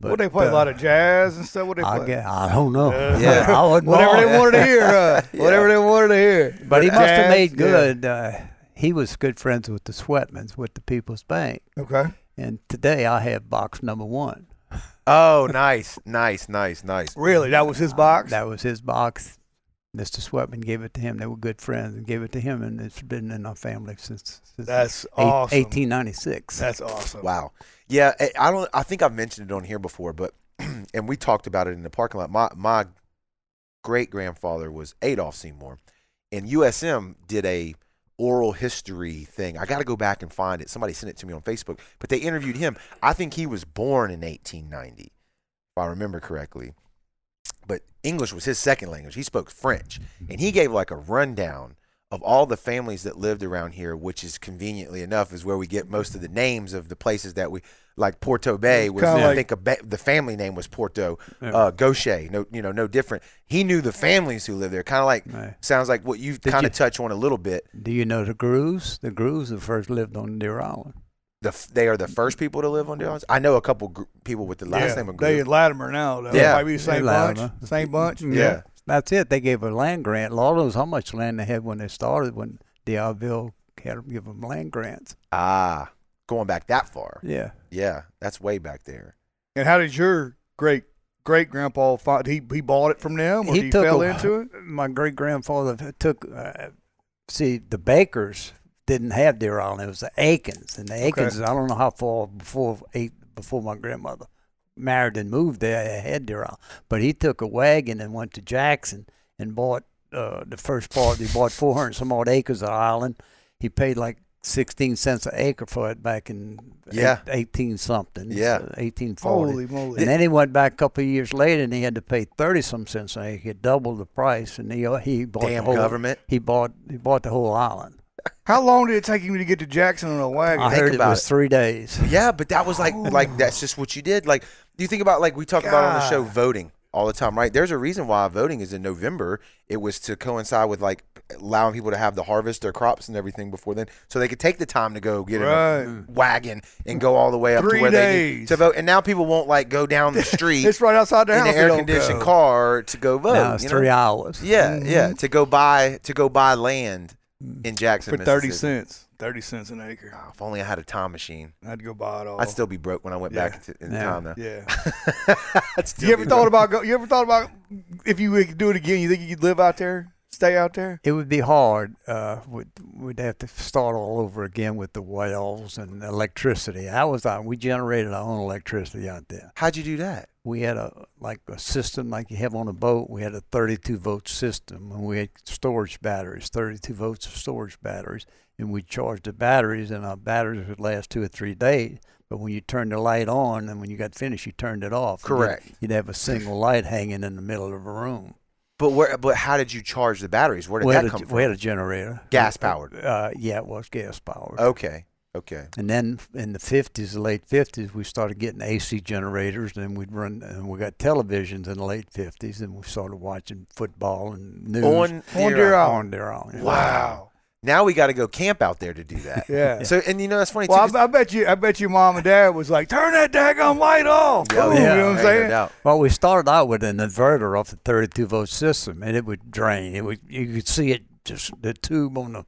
S4: But
S3: What they play a
S4: uh,
S3: lot of jazz and stuff. What they
S4: I
S3: play?
S4: guess, I don't know.
S3: Uh,
S2: Yeah.
S4: I wasn't
S3: Whatever
S4: born.
S3: they wanted to hear. Uh, Whatever they wanted to hear.
S4: But he must
S3: Jazz,
S4: have made
S3: yeah.
S4: good. Uh, he was good friends with the Sweatmans, with the People's Bank.
S3: Okay.
S4: And today I have box number one.
S2: Oh, nice, nice, nice, nice.
S3: Really, that was his box.
S4: That was his box. Mr. Sweatman gave it to him. They were good friends and gave it to him, and it's been in our family since, since
S3: That's
S4: eight-
S3: awesome.
S4: 1896.
S3: That's awesome.
S2: Wow. Yeah, eh, I- I don't. I think I've mentioned it on here before, but and we talked about it in the parking lot. My my great grandfather was Adolph Seymour, and USM did a oral history thing. I got to go back and find it. Somebody sent it to me on Facebook, but they interviewed him. I think he was born in 1890, if I remember correctly. But English was his second language. He spoke French, and he gave like a rundown of all the families that lived around here, which is conveniently enough is where we get most of the names of the places that we like. Porto Bay was,
S3: Kinda
S2: I
S3: like-
S2: think, a ba- the family name was Porto.
S4: Yeah.
S2: Uh, Gaucher, no, you know, no different. He knew the families who lived there. Kind of like
S4: Right.
S2: sounds like what you've
S4: Did
S2: kind
S4: you-
S2: of touched on a little bit.
S4: Do you know the Grooves? The Grooves that first lived on Deer Island.
S2: The f- they are the first people to live on Deer Island. I know a couple gr- people with the last
S3: yeah,
S2: name of
S3: they
S2: Grove.
S3: in Latimer now. Though.
S2: Yeah.
S3: might be the same
S4: They're
S3: bunch.
S4: Latimer.
S3: Same bunch.
S4: Yeah. That's it. They gave a land grant. Lord knows how much land they had when they started, when DeIville had them give them land grants.
S2: Ah, going back that far.
S4: Yeah.
S2: Yeah, that's way back there.
S3: And how did your great great grandpa fought. He he bought it from them, or he, fell
S4: a-
S3: into it.
S4: My great grandfather took. Uh, see, the Bakers didn't have deer island. It was the Aikens, and the Aikens. I don't know how far before eight before my grandmother married and moved there. They had deer island, but he took a wagon and went to Jackson and bought uh, the first part. He bought four hundred some odd acres of island. He paid like. 16 cents an acre for it back in
S2: Yeah.
S4: eight- 18 something.
S2: Yeah.
S4: 1840.
S3: Holy moly!
S4: And then he went back a couple of years later, and he had to pay thirty some cents. So he could double the price, and he uh, he bought
S2: Damn
S4: the whole
S2: government.
S4: He bought he bought the whole island.
S3: How long did it take him to get to Jackson on a wagon?
S4: I
S2: think
S4: heard it
S2: about
S4: was
S2: it.
S4: three days.
S2: Yeah, but that was like like that's just what you did. Like do you think about like we talk about on the show voting all the time, right? There's a reason why voting is in November. It was to coincide with like allowing people to have the harvest their crops and everything before then, so they could take the time to go get
S3: Right.
S2: in a wagon and go all the way up
S3: Three
S2: to where they need
S3: days.
S2: to vote. And now people won't like go down the street
S3: It's right outside the
S2: in
S3: house.
S2: an
S3: they don't
S2: air conditioned
S3: go. Mm-hmm.
S2: car to go vote.
S4: now it's
S2: Oh, you know?
S4: three hours.
S2: Yeah, yeah, to go buy to go buy land
S4: Mm.
S2: in Jackson
S3: for thirty
S2: Mississippi.
S3: cents. Thirty cents an acre.
S2: Oh, if only I had a time machine,
S3: I'd go buy it all.
S2: I'd still be broke when I went back to, in
S4: Yeah.
S2: time though.
S3: yeah.
S2: I'd still
S3: You ever
S2: be
S3: thought
S2: broke.
S3: about go, you ever thought about if you could do it again? You think you could live out there, stay out there?
S4: It would be hard. Uh, we'd, we'd have to start all over again with the wells and electricity. I was out. We generated our own electricity out there.
S2: How'd you do that?
S4: We had a like a system like you have on a boat. We had a 32 volt system, and we had storage batteries, 32 volts of storage batteries, and we charged the batteries, and our batteries would last two or three days. But when you turned the light on, and when you got finished, you turned it off. And you'd-
S2: Correct.
S4: You'd have a single light hanging in the middle of a room.
S2: But where? But how did you charge the batteries? Where did
S4: we,
S2: that
S4: had
S2: come
S4: a,
S2: from?
S4: we had a generator.
S2: Gas powered.
S4: Uh, yeah, it was gas powered.
S2: Okay. Okay.
S4: And then in the 50s, the late 50s, we started getting AC generators, and we'd run, and we got televisions in the late 50s, and we started watching football and news
S2: On
S3: On
S2: Deer
S3: Deer
S2: Island.
S4: on their own.
S2: Wow. Now we got to go camp out there to do that.
S3: Yeah.
S2: So and you know that's funny too.
S3: Well,
S2: 'cause-
S3: I, I bet you, I bet you, mom and dad was like, "Turn that daggum light off." Boom,
S4: yeah.
S3: you know what I'm
S2: Ain't no
S3: saying?
S2: doubt.
S4: Well, we started out with an inverter off the 32 volt system, and it would drain. It would you could see it just the tube on the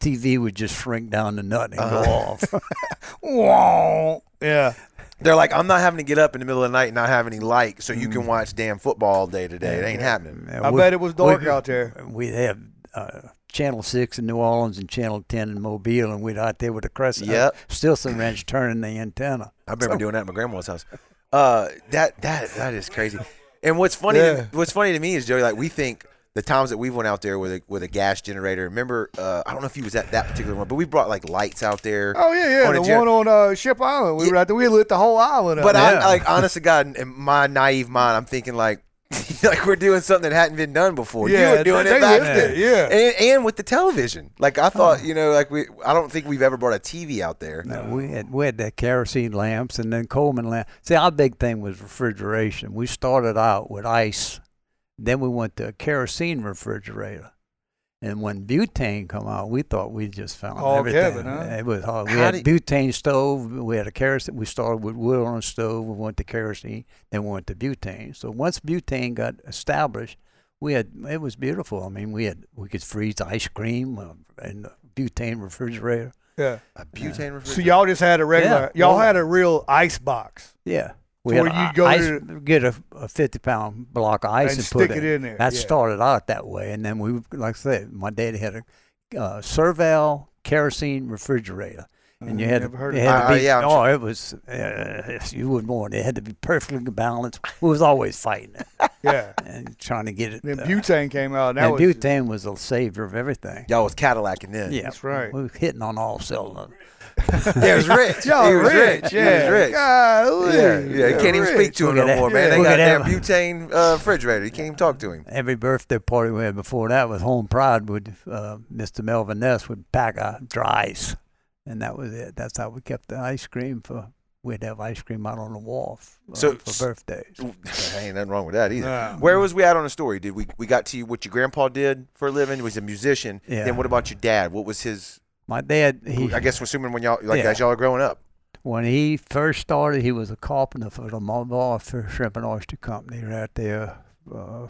S4: TV would just shrink down to nothing and
S3: Uh-huh.
S4: go off.
S3: Whoa. Yeah.
S2: They're like, I'm not having to get up in the middle of the night and not have any light, so you
S4: Mm.
S2: can watch damn football all day today.
S3: Mm.
S2: It ain't happening.
S4: And
S3: I
S4: we-
S3: bet it was dark
S4: we-
S3: out there.
S4: We'd have uh, Channel Six in New Orleans and Channel Ten in Mobile, and we'd out there with the Crescent,
S2: Yep.
S4: Stilson Ranch, turning the antenna.
S2: I remember doing that at my grandma's house. Uh, that that that is crazy. And what's funny,
S3: Yeah.
S2: to, what's funny to me is Joey. Like we think the times that we went out there with a with a gas generator. Remember, uh, I don't know if you was at that particular one, but we brought like lights out there.
S3: Oh yeah, yeah.
S2: On a
S3: the
S2: gen-
S3: one on uh, Ship Island. We were out there. We lit the whole island up.
S2: But I
S4: Yeah.
S2: like honest to God, in my naive mind, I'm thinking like, like we're doing something that hadn't been done before. you
S3: Yeah,
S2: were doing
S3: they-
S2: it
S3: they
S2: back
S3: lived
S2: then,
S3: it, yeah.
S2: and, and with the television. Like I thought, you know, like we, I don't think we've ever brought a TV out there.
S4: No, we had we had the kerosene lamps and then Coleman lamp. See, our big thing was refrigeration. We started out with ice, then we went to a kerosene refrigerator, and when butane come out, we thought we just found
S3: All
S4: everything.
S3: Kevin, huh?
S4: It was hard. We
S2: How
S4: had
S2: did-
S4: butane stove. We had a kerosene. We started with wood on the stove. We went to kerosene, then we went to butane. So once butane got established, we had it was beautiful. I mean, we had we could freeze ice cream uh, in the butane refrigerator.
S3: yeah.
S2: A butane refrigerator.
S3: So y'all just had a regular.
S4: Yeah.
S3: Y'all had a real ice box.
S4: Yeah. We
S3: Where
S4: had
S3: you
S4: i-
S3: go
S4: ice,
S3: to-
S4: get a, a 50 pound block of ice
S3: And
S4: and, put
S3: stick it in there,
S4: That
S3: yeah.
S4: started out that way. And then we, like I said, my daddy had a uh, Serval kerosene refrigerator. And you had,
S3: Mm, never heard
S4: to, it
S3: of
S4: had
S2: that.
S4: to
S2: Uh,
S4: be,
S2: yeah, I'm
S4: oh, it was, uh, you wouldn't want it. It had to be perfectly balanced. We was always fighting it
S3: Yeah.
S4: and trying to get it.
S3: Then
S4: uh,
S3: butane came out. And that
S4: and
S3: was,
S4: butane was the savior of everything.
S2: Y'all was Cadillacing then.
S4: Yeah,
S3: That's right.
S4: We were hitting on all cylinders.
S2: Yeah, it was rich.
S3: Y'all
S2: He was
S3: rich,
S2: rich. He was
S3: Yeah.
S2: rich.
S3: Golly.
S2: Yeah, yeah. You can't even
S3: rich.
S2: speak to him
S4: Look at
S2: no
S4: that.
S2: more, man. They
S4: Look
S2: got
S4: at
S2: that
S4: that.
S2: butane uh, refrigerator. You can't even talk to him.
S4: every birthday party we had before that was home pride would uh, mr melvin ness would pack a dry ice and that was it that's how we kept the ice cream for we'd have ice cream out on the wharf uh,
S2: So-
S4: for birthdays
S2: ain't nothing wrong with that either.
S3: No.
S2: Where was we at on the story? Did we we got to you what your grandpa did for a living? He was a musician.
S4: Yeah.
S2: Then what about your dad? What was his?
S4: my dad he
S2: I guess assuming when y'all like
S4: Yeah.
S2: as y'all are growing up.
S4: when he first started he was a carpenter for the Mobile shrimp and oyster company right there uh,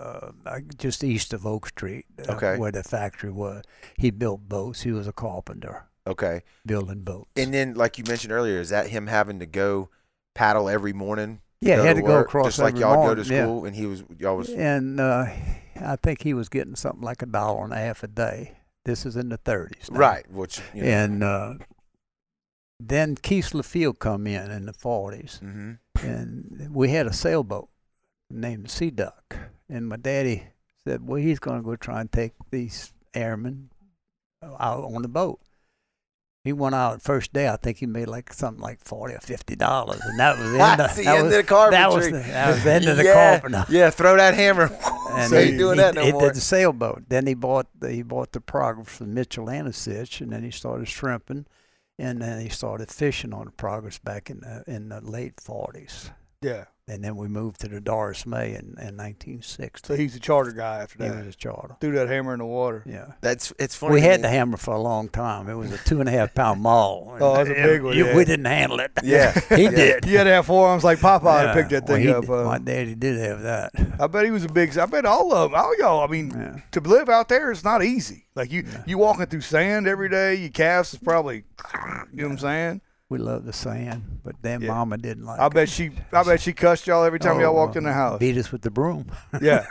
S4: uh, like just east of Oak Street, uh,
S2: Okay.
S4: where the factory was, he built boats. He was a carpenter
S2: Okay.
S4: building boats.
S2: And then like you mentioned earlier, is that him having to go paddle every morning
S4: Yeah,
S2: go
S4: he had to go
S2: work,
S4: across
S2: just like
S4: every
S2: y'all go to
S4: morning, yeah.
S2: school, and he was y'all was
S4: and uh, I think he was getting something like a dollar and a half a day. This is in the 30s. now.
S2: right, which you know,
S4: And uh, then Keith LaField come in in the 40s,
S2: mhm.
S4: and we had a sailboat named the Sea Duck, and my daddy said, "Well, he's going to go try and take these airmen out on the boat." He went out first day. I think he made like something like forty or fifty dollars, and that was the end of
S2: That's the
S4: uh, that
S2: end
S4: was-
S2: of the carpentry.
S4: That was the, that was the end of the
S2: yeah,
S4: carpenter.
S2: Yeah, throw that hammer.
S4: And
S2: so
S3: he-
S2: ain't doing
S4: he,
S2: that no
S4: he
S2: more.
S4: did the sailboat. Then he bought the, he bought the progress from Mitchell Anasich, and then he started shrimping, and then he started fishing on the progress back in the, in the late forties.
S3: Yeah.
S4: And then we moved to the Doris May in, in 1960.
S3: So he's a charter guy after
S4: he
S3: that.
S4: was a charter.
S3: Threw that hammer in the water.
S4: Yeah.
S2: That's it's funny.
S4: We
S2: to
S4: had
S2: me.
S4: the hammer for a long time. It was a two and a half pound maul.
S3: Oh, that's a
S4: It-
S3: big one,
S4: you-
S3: yeah.
S4: We didn't handle it.
S2: Yeah,
S4: he
S2: yeah.
S4: did.
S3: You had to have forearms like Popeye
S4: Yeah.
S3: to pick that
S4: Well,
S3: thing
S4: he
S3: up.
S4: did-
S3: Uh,
S4: my daddy did have that.
S3: I bet he was a big. I bet all of them, all y'all. I mean,
S4: Yeah.
S3: to live out there is not easy. Like you,
S4: No.
S3: you walking through sand every day. Your calves is probably. You know what I'm saying?
S4: We loved the sand, but then
S3: Yeah.
S4: Mama didn't like
S3: I
S4: it.
S3: bet she. I bet she cussed y'all every time y'all
S4: Oh,
S3: walked in
S4: uh,
S3: the house.
S4: Beat us with the broom.
S3: Yeah.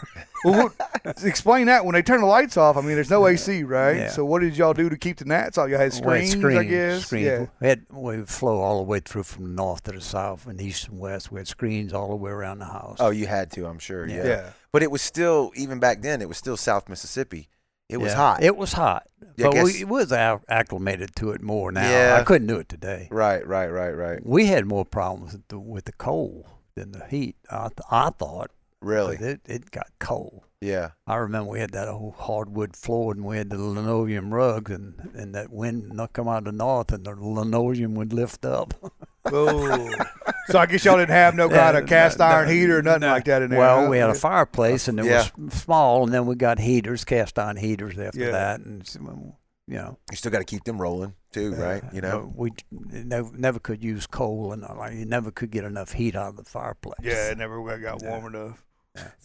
S3: well, what, explain that. When they turn the lights off, I mean, there's no AC, right?
S4: Yeah.
S3: So what did y'all do to keep the gnats out? Y'all had
S4: We had
S3: screens, I guess.
S4: screens.
S3: Yeah.
S4: We, had, we would flow all the way through from the north to the south and east and west. We had screens all the way around the house.
S2: Oh, you had to, I'm sure. Yeah.
S4: Yeah.
S3: Yeah.
S2: But it was still even back then. It was still South Mississippi. It was
S4: Yeah.
S2: hot.
S4: It was hot.
S2: Yeah, I
S4: but
S2: guess-
S4: we was ac- acclimated to it more now.
S2: Yeah.
S4: I couldn't do it today.
S2: right, right, right, right.
S4: We had more problems with the, with the cold than the heat. I, th- I thought 'cause
S2: Really?
S4: it, it got cold.
S2: Yeah.
S4: I remember we had that old hardwood floor and we had the linoleum rugs and, and that wind would come out of the north and the linoleum would lift up.
S3: Oh. so I guess y'all didn't have no
S4: Yeah,
S3: kind of cast
S4: no,
S3: iron
S4: no,
S3: heater or nothing
S4: no.
S3: like that in there.
S4: Well,
S3: huh?
S4: we had
S3: Yeah.
S4: a fireplace, and it
S2: Yeah.
S4: was small, and then we got heaters, cast iron heaters after
S3: Yeah.
S4: that, and s- well, you know,
S2: You still got to keep them rolling too, right? You know.
S4: but we never, never could use coal, and uh, like you never could get enough heat out of the fireplace.
S3: Yeah, it never got- got warm enough.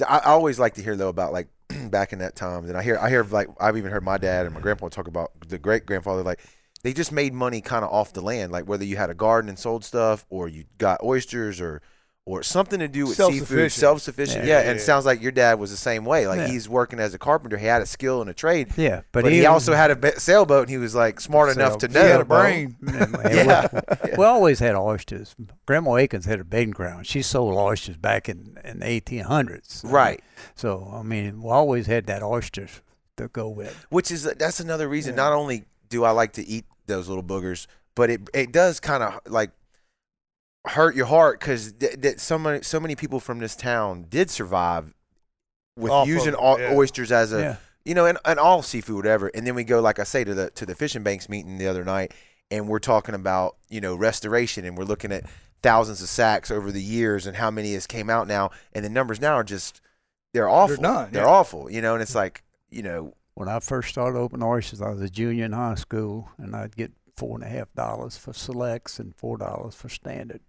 S2: I, I always like to hear though about like back in that time, and I hear I hear like I've even heard my dad and my grandpa talk about the great grandfather like they just made money kind of off the land, like whether you had a garden and sold stuff or you got oysters or or something to do with seafood,
S3: Self-sufficient.
S2: self sufficient. Yeah,
S3: Yeah.
S2: and it sounds like your dad was the same way. Like
S4: Yeah.
S2: he's working as a carpenter, he had a skill and a trade,
S4: yeah,
S2: but,
S4: but,
S2: he, also had a ba- sailboat, and he was like smart enough to
S4: Sailboat.
S2: know.
S3: He had a brain.
S4: yeah. We, we always had oysters. Grandma Akins had a bedding ground. She sold oysters back in in the 1800s.
S2: Right.
S4: So I mean, we always had that oysters to go with.
S2: which is that's another reason. Not only do I like to eat those little boogers, but it it does kind of like hurt your heart because th- that so many so many people from this town did survive with
S3: Off of
S2: using
S3: it,
S2: o-
S3: yeah.
S2: oysters as a
S4: yeah.
S2: you know and, and all seafood whatever. And then we go like I say to the to the fishing banks meeting the other night, and we're talking about you know restoration, and we're looking at thousands of sacks over the years and how many has came out now, and the numbers now are just they're awful.
S3: none, yeah. Mm.
S2: awful, you know, and it's like you know
S4: When I first started open oysters, I was a junior in high school, and I'd get four and a half dollars for selects and four dollars for standard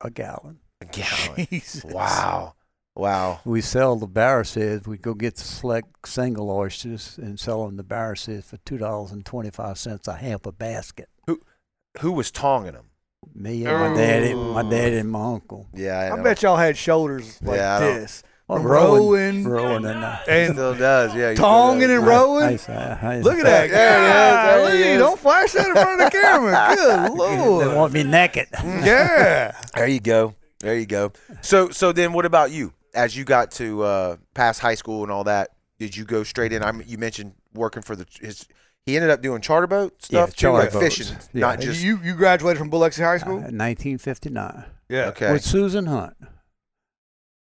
S4: a gallon.
S2: a gallon.
S3: Jesus.
S2: Wow. Wow.
S4: We sell the barra sieve. We'd go get the select single oysters and sell them the barra sieve for two dollars and twenty five cents a half a basket.
S2: Who was tonging them?
S4: Me and my daddy, my
S3: Ooh.
S4: daddy and my uncle.
S2: Yeah, I,
S3: I
S2: know.
S3: bet y'all had shoulders like
S2: Yeah, I don't-
S3: this.
S4: Well,
S3: From
S4: Rowan,
S3: Rowan.
S4: Rowan and uh,
S2: He
S3: And
S2: still does. Yeah. he still
S3: Tonging
S2: does.
S3: and Rowan?
S4: I- I- I-
S3: look at
S2: There
S3: that.
S2: it is, there it
S3: Golly,
S2: is.
S3: Don't flash that in front of the camera. Good
S4: They
S3: Lord.
S4: want me naked.
S3: Yeah.
S2: There you go. There you go. So so then what about you? As you got to uh pass high school and all that, did you go straight in? I am you mentioned working for the his he ended up doing charter boat stuff too,
S4: charter
S2: like
S4: boats.
S2: fishing,
S4: Yeah.
S2: not
S4: And
S2: just
S3: you you graduated from Biloxi High
S4: Uh,
S3: School?
S4: 1959
S3: Yeah.
S2: okay.
S4: with Susan Hunt.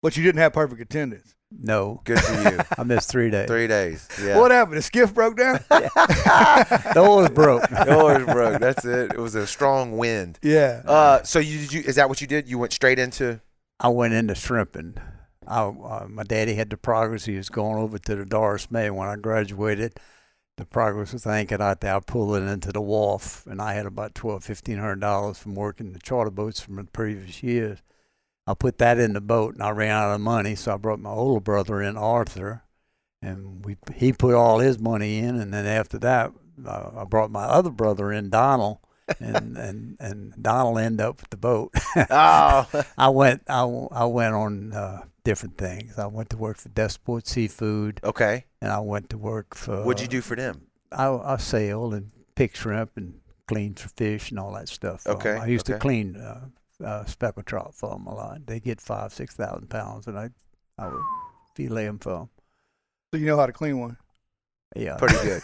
S3: But you didn't have perfect attendance.
S4: No,
S2: Good for you.
S4: I missed three days.
S2: Three days. Yeah.
S3: What happened? The skiff broke down?
S4: The oars broke.
S2: It always broke. That's it. It was a strong wind.
S3: yeah. Oh,
S2: Uh, so you did you is that what you did? You went straight into
S4: I went into shrimping. I, uh, my daddy had the progress. He was going over to the Doris May when I graduated. The progress was anchored out there. I pulled it into the wharf, and I had about twelve, fifteen hundred dollars from working the charter boats from the previous years. I put that in the boat, and I ran out of money, so I brought my older brother in, Arthur, and we he put all his money in, and then after that, uh, I brought my other brother in, Donald, and and and Donald ended up with the boat.
S2: Oh,
S4: I went I, w- I went on uh, different things. I went to work for Desport Seafood,
S2: okay.
S4: and I went to work for.
S2: What'd you do for them?
S4: I, I sailed and picked shrimp and cleaned for fish and all that stuff. for 'em.
S2: Okay,
S4: I used
S2: okay.
S4: to clean uh, uh, speckled trout for them a lot. They get five six thousand pounds, and I I would fillet them for them.
S3: So you know how to clean one.
S4: Yeah,
S2: Pretty good.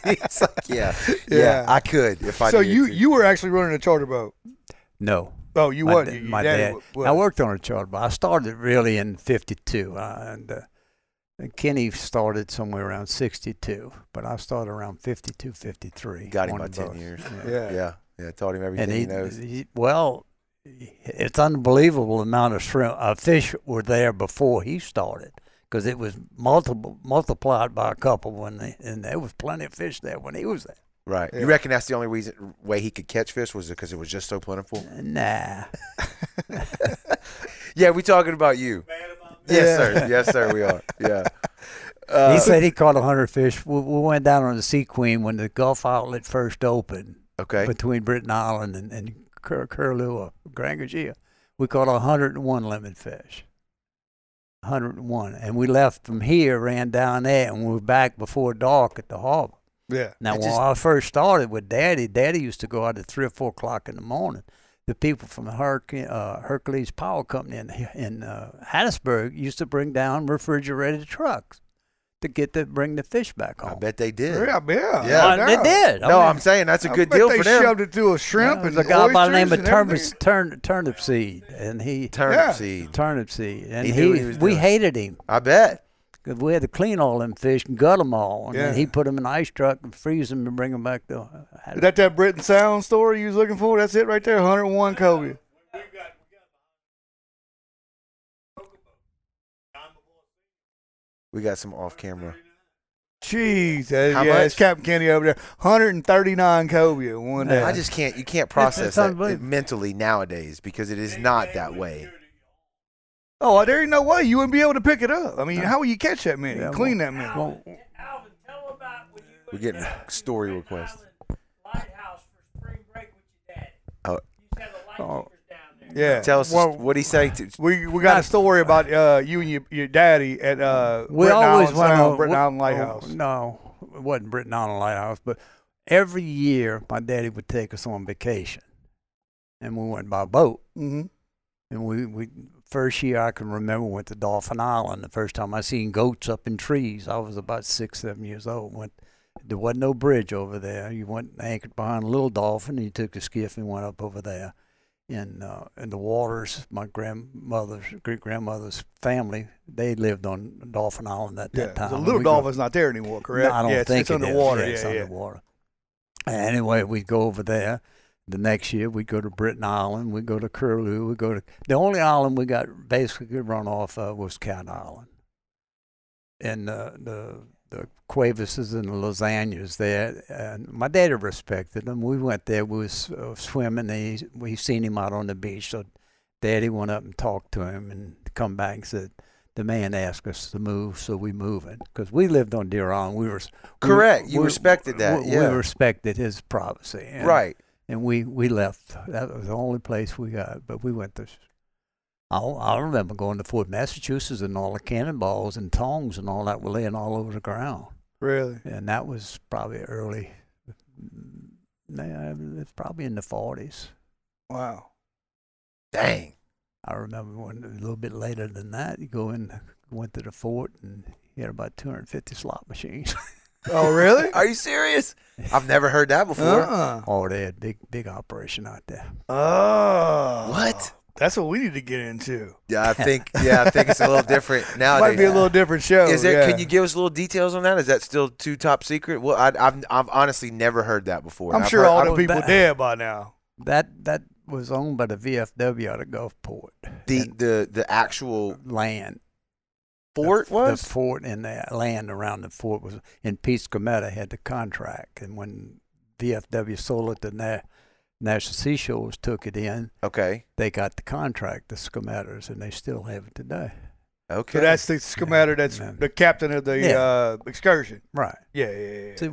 S2: He's like, yeah, yeah,
S3: Yeah.
S2: I could if I.
S3: so
S2: needed
S3: you
S2: to.
S3: you were actually running a charter boat.
S4: no.
S3: Oh, you
S4: my,
S3: what?
S4: da-
S3: You-
S4: my
S3: your
S4: dad.
S3: wa-
S4: I
S3: was.
S4: worked on a charter boat. I started really in '52, uh, and uh, Kenny started somewhere around '62, but I started around '52, '53.
S2: got him
S4: on
S2: by
S4: the
S2: ten
S4: boat.
S2: years.
S4: Yeah.
S3: Yeah.
S2: Yeah, yeah. Taught him everything
S4: And
S2: he,
S4: he,
S2: knows.
S4: he- well, it's unbelievable the amount of shrimp, uh, fish were there before he started because it was multiple multiplied by a couple when they, and there was plenty of fish there when he was there.
S2: Right.
S3: Yeah.
S2: You reckon that's the only reason way he could catch fish was because it was just so plentiful?
S4: Nah,
S2: Yeah, we talking about you. Yes, sir. Yes, sir. We are. Yeah. Uh,
S4: he said he caught 100 fish. We, we went down on the Sea Queen when the Gulf Outlet first opened.
S2: okay.
S4: between Britain Island and, and Cur- Curlew, or Grand Gurgia. We caught 101 lemon fish. 101. And we left from here, ran down there, and we were back before dark at the harbor.
S3: Yeah.
S4: Now,
S2: I
S4: when
S2: just-
S4: I first started with Daddy, Daddy used to go out at 3 or 4 o'clock in the morning. The people from the Hurricane, uh, Hercules Power Company in, in uh, Hattiesburg used to bring down refrigerated trucks to get to bring the fish back home.
S2: I bet they did.
S3: Yeah. Yeah.
S2: Yeah.
S4: Well, they did.
S2: No, I'm saying that's a
S3: I
S2: good
S3: bet
S2: deal
S3: they
S2: for them.
S3: shoved it through a shrimp
S4: There's
S3: and
S4: a guy by the name of
S3: oysters and
S4: turnip,
S3: everything.
S4: turn, turnip seed, and he
S2: Turnip
S3: Yeah.
S2: seed.
S4: turnip seed, and
S2: He
S4: he,
S2: knew what he was
S4: we
S2: doing.
S4: hated him
S2: I bet.
S4: 'cause we had to clean all them fish and gut them all, and then
S3: Yeah.
S4: he put them in an ice truck and freeze them and bring them back to.
S3: Is that that Britain Sound story you was looking for? That's it right there. 101 Kobe.
S2: We got some off camera.
S3: Jeez,
S2: How
S3: that, yeah, it's
S2: much?
S3: Captain Kenny over there. 139 Kobe in one day.
S4: Yeah.
S2: I just can't. You can't process that
S4: unbelievable.
S2: mentally nowadays because it is not that way.
S3: oh, there ain't no way you wouldn't be able to pick it up. I mean, how will you catch that many?
S4: Yeah,
S3: clean
S4: well-
S3: that many?
S4: Well,
S1: Alvin, tell about when you
S2: We're
S1: went
S2: getting
S1: down to
S2: story
S1: Grand
S2: requests.
S1: Island Lighthouse for spring break with your dad.
S2: Oh.
S1: You used to have the
S4: uh,
S1: lightkeepers down there.
S3: yeah.
S2: Tell us
S3: Well,
S2: what he say. To,
S3: we we got a story about uh, you and your, your daddy at uh,
S4: we
S3: Britain
S4: always
S3: Island
S4: went
S3: Sound,
S4: on
S3: Britain
S4: we-
S3: Island Lighthouse.
S4: oh, no, it wasn't Britain Island Lighthouse, but every year my daddy would take us on vacation, and we went by boat.
S3: Mm-hmm.
S4: And we, we first year I can remember went to Dolphin Island. The first time I seen goats up in trees, I was about six, seven years old. Went there wasn't no bridge over there. You went anchored behind a little dolphin. And you took the skiff and went up over there. And uh, in the waters, my grandmother's great grandmother's family they lived on Dolphin Island at that
S3: Yeah,
S4: time.
S3: the
S4: And
S3: little
S4: we go-
S3: dolphin's not there anymore, correct?
S4: no, I don't
S3: yeah, it's,
S4: think
S3: it's
S4: it is.
S3: underwater.
S4: Yeah, it's
S3: yeah, yeah.
S4: underwater. Anyway, we'd go over there. The next year, we'd go to Britain Island. We'd go to Curlew. We'd go to the only island we got basically run off of was Cat Island, and uh, the the Cuevases and the Lasagnas there. And my daddy respected them. We went there. We was uh, swimming. He we seen him out on the beach. So Daddy went up and talked to him, and come back and said. The man asked us to move, so we moving because we lived on Deer Island. We were we-
S2: Correct. You respected that,
S4: We,
S2: yeah.
S4: we respected his privacy. And,
S2: right.
S4: And we we left. That was the only place we got. But we went to. I, I remember going to Fort Massachusetts and all the cannonballs and tongs and all that were laying all over the ground.
S3: Really?
S4: And that was probably early. nah, It's probably in the forties.
S3: Wow.
S2: Dang.
S4: I remember when a little bit later than that, you go in, went to the fort and you had about 250 slot machines.
S3: Oh, really?
S2: Are you serious? I've never heard that before.
S3: Uh-uh.
S4: oh, they had big, big operation out there.
S3: Oh.
S2: What?
S3: That's what we need to get into.
S2: Yeah, I think. Yeah, I think it's a little different nowadays.
S3: Might be a little different show.
S2: Is it?
S3: yeah.
S2: Can you give us little details on that? Is that still too top secret? Well, I, I've I've honestly never heard that before.
S3: I'm
S2: I've
S3: sure
S2: heard-
S3: all
S4: I
S3: the
S4: was
S3: people
S4: back.
S3: dead by now.
S4: That that was owned by the VFW out of Gulfport.
S2: the
S4: and
S2: the the actual
S4: land.
S2: fort
S4: the,
S2: was
S4: the fort and the land around the fort was in Pete Cometa had the contract, and when VFW sold it to Na- National Seashores took it in.
S2: okay.
S4: They got the contract, the Scometas, and they still have it today.
S2: Okay,
S3: So that's the schematic. That's
S4: Yeah.
S3: the captain of the
S4: Yeah.
S3: uh, excursion.
S4: Right.
S3: Yeah, yeah, yeah.
S4: See,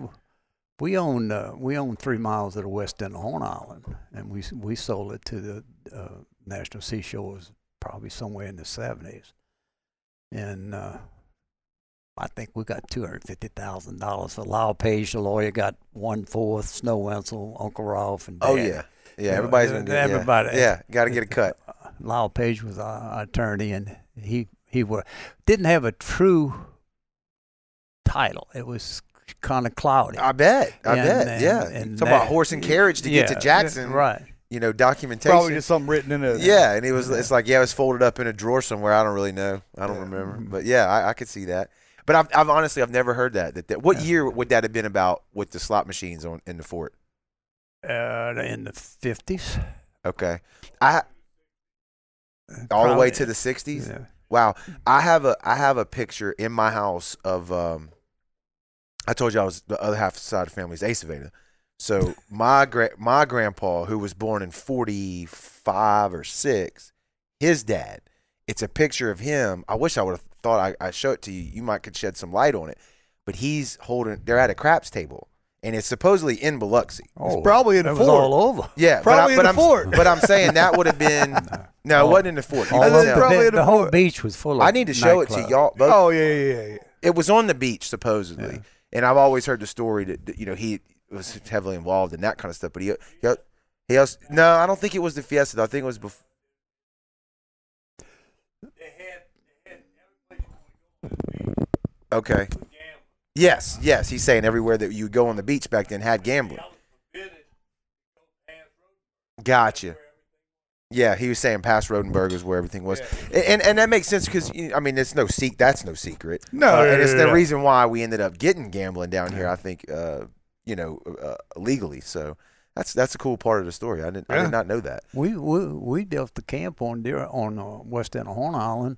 S4: we owned uh, we owned three miles of the west end of Horn Island, and we s- we sold it to the uh, National Seashores probably somewhere in the seventies, and uh, I think we got two hundred fifty thousand dollars. So Lyle Page, the lawyer, got one fourth. Snow Wenzel, Uncle Ralph, and
S2: Oh
S4: Dad.
S2: yeah, yeah.
S4: Yeah,
S2: Everybody's
S4: yeah,
S2: gonna do it, yeah.
S4: everybody.
S2: Yeah, got to get a cut.
S4: Uh, Lyle Page was our attorney, and he he were, didn't have a true title. It was kind of cloudy.
S2: I bet. I
S4: And-
S2: bet.
S4: and-
S2: yeah.
S4: and
S2: Talk about
S4: that-
S2: horse and carriage to get
S4: Yeah,
S2: to Jackson.
S4: right?
S2: You know, documentation.
S3: Probably just something written in a
S2: yeah, and it was. It's like yeah, it was folded up in a drawer somewhere. I don't really know. I don't remember. But yeah, Mm-hmm. I, I could see that. But I've, I've honestly I've never heard that. That, that what year would that have been about with the slot machines on in the fort?
S4: Uh, in the fifties,
S2: Okay, I all the way to the sixties.
S4: Yeah.
S2: Wow, I have a I have a picture in my house of um. I told you I was the other half side of the family is Ace Aveda. So my gra- my grandpa, who was born in forty five or six, his dad. It's a picture of him. I wish I would have thought I, I show it to you. You might could shed some light on it. But he's holding. They're at a craps table, and it's supposedly in Biloxi.
S4: Oh,
S3: probably in
S4: that
S3: the
S4: was
S3: fort.
S4: all over.
S2: Yeah,
S3: Probably in
S2: but,
S3: the
S2: I, but I'm
S3: fort.
S2: but I'm saying that would have been no, it wasn't in the fort. You
S4: All
S2: can
S3: over
S4: over
S3: the
S2: tell.
S3: probably
S4: the,
S3: in the
S4: the whole
S3: fort.
S4: beach was full of.
S2: I need to show it to
S4: nightclubs.
S2: y'all. Both,
S3: Oh yeah, yeah, yeah, yeah.
S2: it was on the beach supposedly, and I've always heard the story that, that, you know he was heavily involved in that kind of stuff. But he he, al- he also, no, I don't think it was the Fiesta. though. I think it was before. Okay. Yes, yes, he's saying everywhere that you go on the beach back then had gambling. Gotcha. Yeah, he was saying past Rodenberg is where everything was, A- and and that makes sense because I mean it's no sec that's no secret.
S3: No,
S2: Uh,
S3: yeah,
S2: and it's
S3: yeah,
S2: the
S3: yeah.
S2: reason why we ended up getting gambling down here. I think uh, you know uh, legally. So that's that's a cool part of the story. I didn't I
S3: Yeah.
S2: did not know that.
S4: We we we built the camp on deer on uh, West End of Horn Island,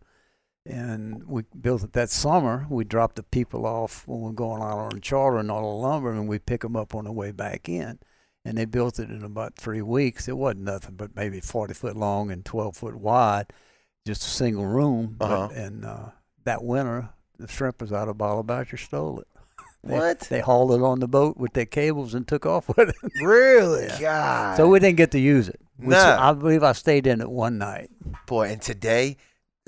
S4: and we built it that summer. We dropped the people off when we're going out on charter and all the lumber, and we pick them up on the way back in. And they built it in about three weeks. It wasn't nothing but maybe forty foot long and twelve foot wide, just a single room. But-
S2: Uh-huh.
S4: and uh, that winter, the shrimpers out of Ballaboucher stole it. They-
S2: What?
S4: They hauled it on the boat with their cables and took off with it.
S2: Really? God.
S4: So we didn't get to use it. We s-
S2: No.
S4: I believe I stayed in it one night.
S2: boy, and today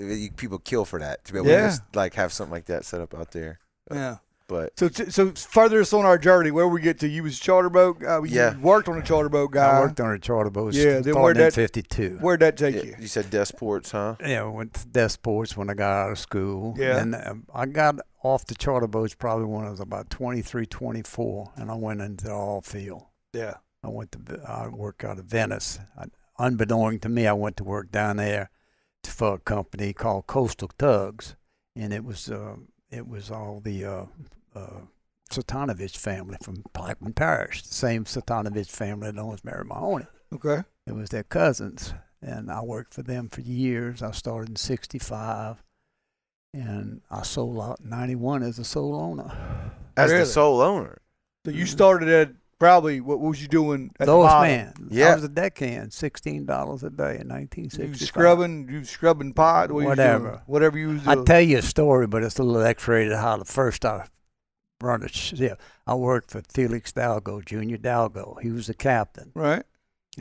S2: uh, you, people kill for that to be able to
S3: Yeah.
S2: just, like have something like that set up out there.
S3: Yeah.
S2: But
S3: So, t- so further us on our journey, where we get to, you was a charter boat. Uh, you
S2: Yeah.
S3: worked on a charter boat guy.
S4: I worked on a charter boat.
S3: Yeah,
S4: Yeah,
S3: then
S4: then
S3: where'd that-
S4: in '52.
S3: Where'd that take
S2: yeah,
S3: you?
S2: you said Desports, huh?
S4: Yeah, I went to death sports when I got out of school.
S3: Yeah.
S4: and um, I got off the charter boats probably when I was about 23, 24, and I went into the oil field.
S3: Yeah.
S4: I went to I work out of Venice. I, unbeknownst to me, I went to work down there to, for a company called Coastal Tugs, and it was uh, it was all the uh, uh, Satanovich family from Blackman Parish, the same Satanovich family that owns Mary Mahoney.
S3: Okay.
S4: It was their cousins, and I worked for them for years. I started in '65, and I sold out in '91 as a sole owner. Mm-hmm.
S2: As the
S3: Really?
S2: sole owner.
S3: So you started at probably what, what was you doing? At the
S4: Lowest
S3: bottom?
S4: man.
S2: Yeah.
S4: I was a deckhand, sixteen dollars a day in nineteen
S3: You
S4: sixty.
S3: was scrubbing, you was scrubbing pot, what you was doing?
S4: Whatever.
S3: whatever you was
S4: I
S3: doing.
S4: tell you a story, but it's a little X-rated. How the first I run a ship, I worked for Felix Dalgo, Junior Dalgo. He was the captain.
S3: right.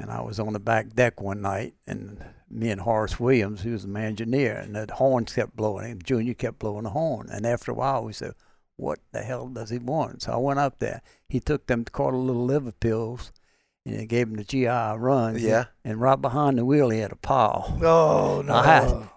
S4: And I was on the back deck one night, and me and Horace Williams, who was the engineer, and that horn kept blowing. And Junior kept blowing the horn. And after a while, we said, What the hell does he want? So I went up there. He took them caught a little liver pills, and it gave him the GI run.
S2: Yeah.
S4: And right behind the wheel, he had a pile.
S3: Oh no.
S4: I had,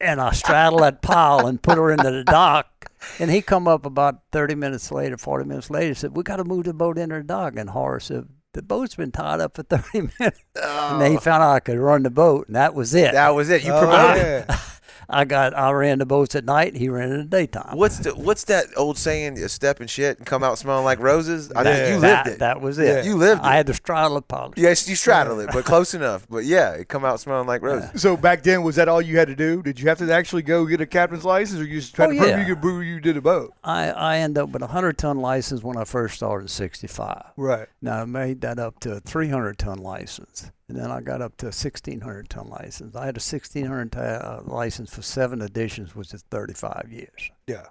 S4: and I straddled that pile and put her into the dock. And he come up about 30 minutes later, 40 minutes later, said, we got to move the boat into the dock. And Horace said, the boat's been tied up for 30 minutes. And then he found out I could run the boat, and that was it.
S2: Oh. That was it. You
S3: Oh,
S2: promoted.
S3: yeah.
S4: I got I ran the boats at night. He ran in the daytime.
S2: What's the what's that old saying? A step and shit and come out smelling like roses. I think
S4: That-
S2: you
S4: that-
S2: lived it.
S4: That was it.
S2: You lived
S4: I
S2: it.
S4: had to straddle a pile.
S2: Yes, you straddled it, but close enough. But yeah, it come out smelling like roses.
S3: So back then, was that all you had to do? Did you have to actually go get a captain's license, or you just tried
S4: Oh,
S3: to prove
S4: yeah.
S3: you could prove you did a boat?
S4: I, I end up with a 100-ton license when I first started at 65.
S3: Right.
S4: Now I made that up to a 300 ton license, and then I got up to a 1600 ton license. I had uh, a 1600 ton license for seven editions, which is 35 years.
S3: Yeah.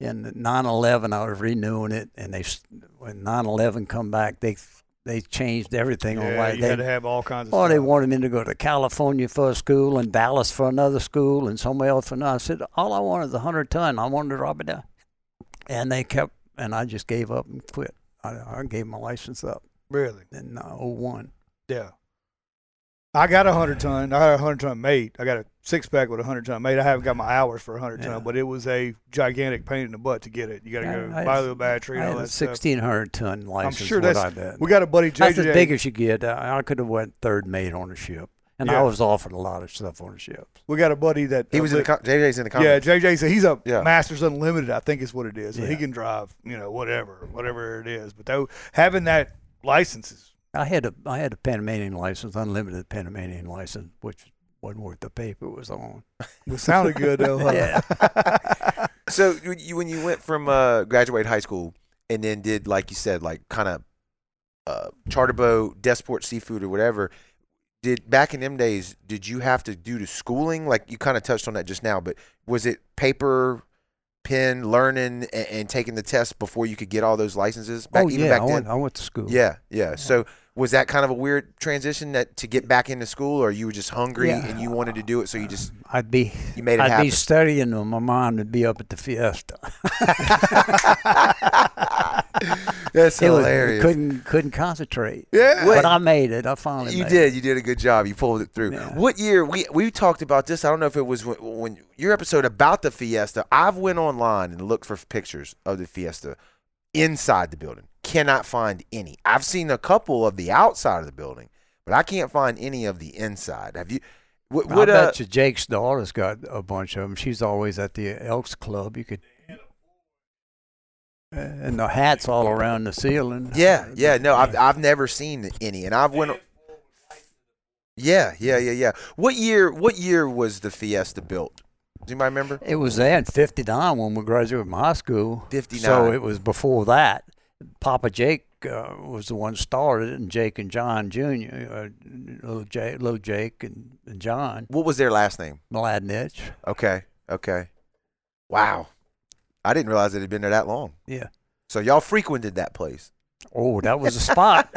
S4: in 9/11, I was renewing it, and they s- when 9/11 come back, they they changed everything on
S3: Yeah,
S4: why
S3: you
S4: they
S3: had to have all kinds of.
S4: Oh,
S3: stuff.
S4: they wanted me to go to California for a school and Dallas for another school and somewhere else for another. I said, all I wanted is a 100 ton. I wanted to drop it down. And they kept, and I just gave up and quit. I, I gave my license up
S3: really.
S4: in uh, 01.
S3: Yeah. I got a hundred ton. I got a hundred ton mate. I got a six pack with a hundred ton mate. I haven't got my hours for a hundred
S4: Yeah.
S3: ton, but it was a gigantic pain in the butt to get it. You got to
S4: I-
S3: go
S4: I
S3: buy
S4: had-
S3: the battery
S4: I
S3: and
S4: had
S3: all
S4: a
S3: that stuff.
S4: 1600 ton license.
S3: sure
S4: what
S3: that's-
S4: I did.
S3: We got a buddy JJ.
S4: That's as big as you get. Uh, I, I could have went third mate on a ship. And
S3: Yeah.
S4: I was offered a lot of stuff on the ship.
S3: we got a buddy that uh,
S2: He was in the co- JJ's in the
S3: yeah.
S2: comments.
S3: JJ said he's a
S2: Yeah.
S3: Masters Unlimited. I think is what it is. So he
S4: Yeah.
S3: can drive. You know, whatever, whatever it is. But though having that license is
S4: I had a I had a Panamanian license, unlimited Panamanian license, which wasn't worth the paper it was on.
S3: it sounded good though. huh?
S4: Yeah.
S2: So you- you, when you went from uh, graduate high school and then did like you said, like kind of uh, charter boat, desport seafood or whatever. Did back in them days, did you have to do to schooling? Like you kind of touched on that just now, but was it paper, pen, learning, and, and taking the test before you could get all those licenses? Back,
S4: oh
S2: even
S4: yeah,
S2: back
S4: I,
S2: then.
S4: went, I went to school.
S2: Yeah, yeah. So was that kind of a weird transition that to get back into school, or you were just hungry
S4: Yeah.
S2: and you wanted to do it, so you just
S4: I'd be
S2: you made it
S4: I'd
S2: happen?
S4: be studying and my mind would be up at the fiesta.
S2: That's
S4: It was-
S2: hilarious.
S4: couldn't couldn't concentrate.
S3: Yeah.
S2: What-
S4: But I made it. I finally
S2: you
S4: made It.
S2: did. You did a good job. You pulled it through.
S4: Yeah.
S2: What year? We we talked about this. I don't know if it was when, when your episode about the Fiesta. I've went online and looked for pictures of the Fiesta inside the building. Cannot find any. I've seen a couple of the outside of the building, but I can't find any of the inside. Have you? What,
S4: I
S2: what, uh,
S4: bet you Jake's daughter's got a bunch of them. She's always at the Elks Club. You could and the hats all around the ceiling.
S2: Yeah, yeah. No, I've I've never seen any, and I've went. Yeah, yeah, yeah, yeah. What year? What year was the Fiesta built? Does anybody remember?
S4: It was there in '59 when we graduated from high school.
S2: 59.
S4: So it was before that. Papa Jake uh, was the one started, it, and Jake and John Junior, uh, little Jake, little Jake and, and John
S2: What was their last name?
S4: Mladenich.
S2: Okay, okay. Wow, I didn't realize it had been there that long.
S4: Yeah.
S2: So y'all frequented that place?
S4: Oh, that was a spot.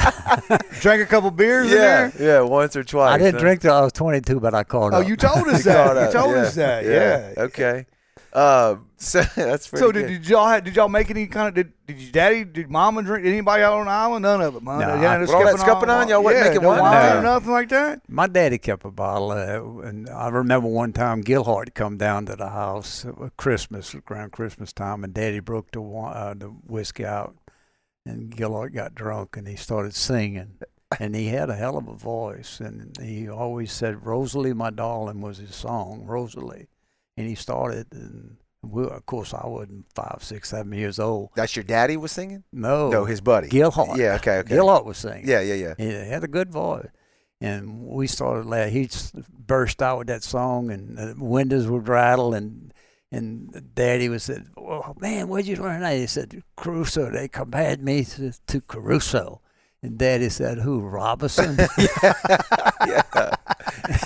S3: Drank a couple beers in
S2: Yeah,
S3: there.
S2: yeah. Once or twice.
S4: I didn't
S2: huh?
S4: drink till I was 22, but I called
S3: Oh,
S4: up.
S3: you told us
S2: You
S3: that.
S2: caught
S3: You
S2: up,
S3: told
S2: yeah,
S3: us that. Yeah.
S2: Okay. Um. So that's pretty
S3: So
S2: good.
S3: did, did y'all have, did y'all make any kind of did, did your daddy did mama drink anybody out on the island none of them huh?
S4: Nah.
S3: yeah,
S2: With all that scupping on, y'all wasn't making
S3: no
S2: wine?
S3: wine or
S4: No.
S3: nothing like that.
S4: My daddy kept a bottle, uh, and I remember one time Gilhart come down to the house at Christmas, around Christmas time, and Daddy broke the wi- uh, the whiskey out, and Gilhart got drunk and he started singing, and he had a hell of a voice, and he always said "Rosalie, my darling" was his song, "Rosalie," and he started, and we, of course I wasn't five, six, seven years old.
S2: That's your daddy was singing?
S3: Oh,
S4: No,
S2: No, his buddy.
S4: Gilhart.
S2: Yeah. Okay. Okay.
S4: Gilhart was singing.
S2: Yeah. Yeah. Yeah.
S4: He had a good voice. And we started laughing. He s- burst out with that song, and the windows would rattle. And and Daddy was said, "Oh man, where'd you learn that?" He said, "Caruso. They compared me to, to Caruso." And Daddy said, "Who? Robinson?"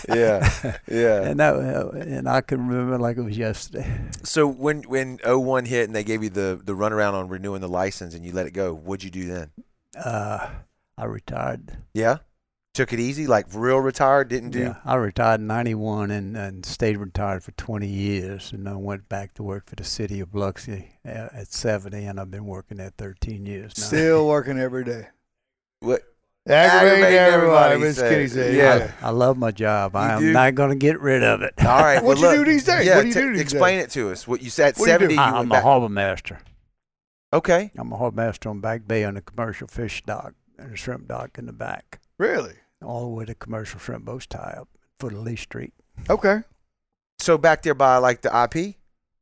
S2: Yeah. Yeah.
S4: and that, uh, and I can remember like it was yesterday.
S2: So when when 01 hit and they gave you the the runaround on renewing the license and you let it go, what'd you do then?
S4: Uh, I retired.
S2: Yeah, took it easy, like real retired, didn't do.
S4: Yeah, I retired in '91 and, and stayed retired for 20 years, and I went back to work for the city of Biloxi at, at 70, and I've been working there 13 years now.
S3: Still working every day.
S2: What?
S3: Aggravating
S2: Aggravating
S3: everybody,
S2: everybody,
S3: Miss
S2: said.
S3: Kitty said.
S2: Yeah.
S3: Yeah.
S4: I love my job.
S2: You
S4: I am
S2: do?
S4: not going to get rid of it.
S2: All right.
S3: What'd
S2: well,
S3: you do
S2: look,
S3: these days?
S2: Yeah,
S3: What do you
S2: t-
S3: do these
S2: explain it to us. What you said at
S3: What do you
S2: 70.
S3: do?
S2: You
S4: I,
S2: went
S4: I'm a
S2: back.
S4: harbor master.
S2: Okay.
S4: I'm a harbor master on Back Bay on the commercial fish dock and the shrimp dock in the back,
S3: Really?
S4: all the way to commercial shrimp boats tie up for the Lee Street.
S3: Okay.
S2: So back there by like the IP.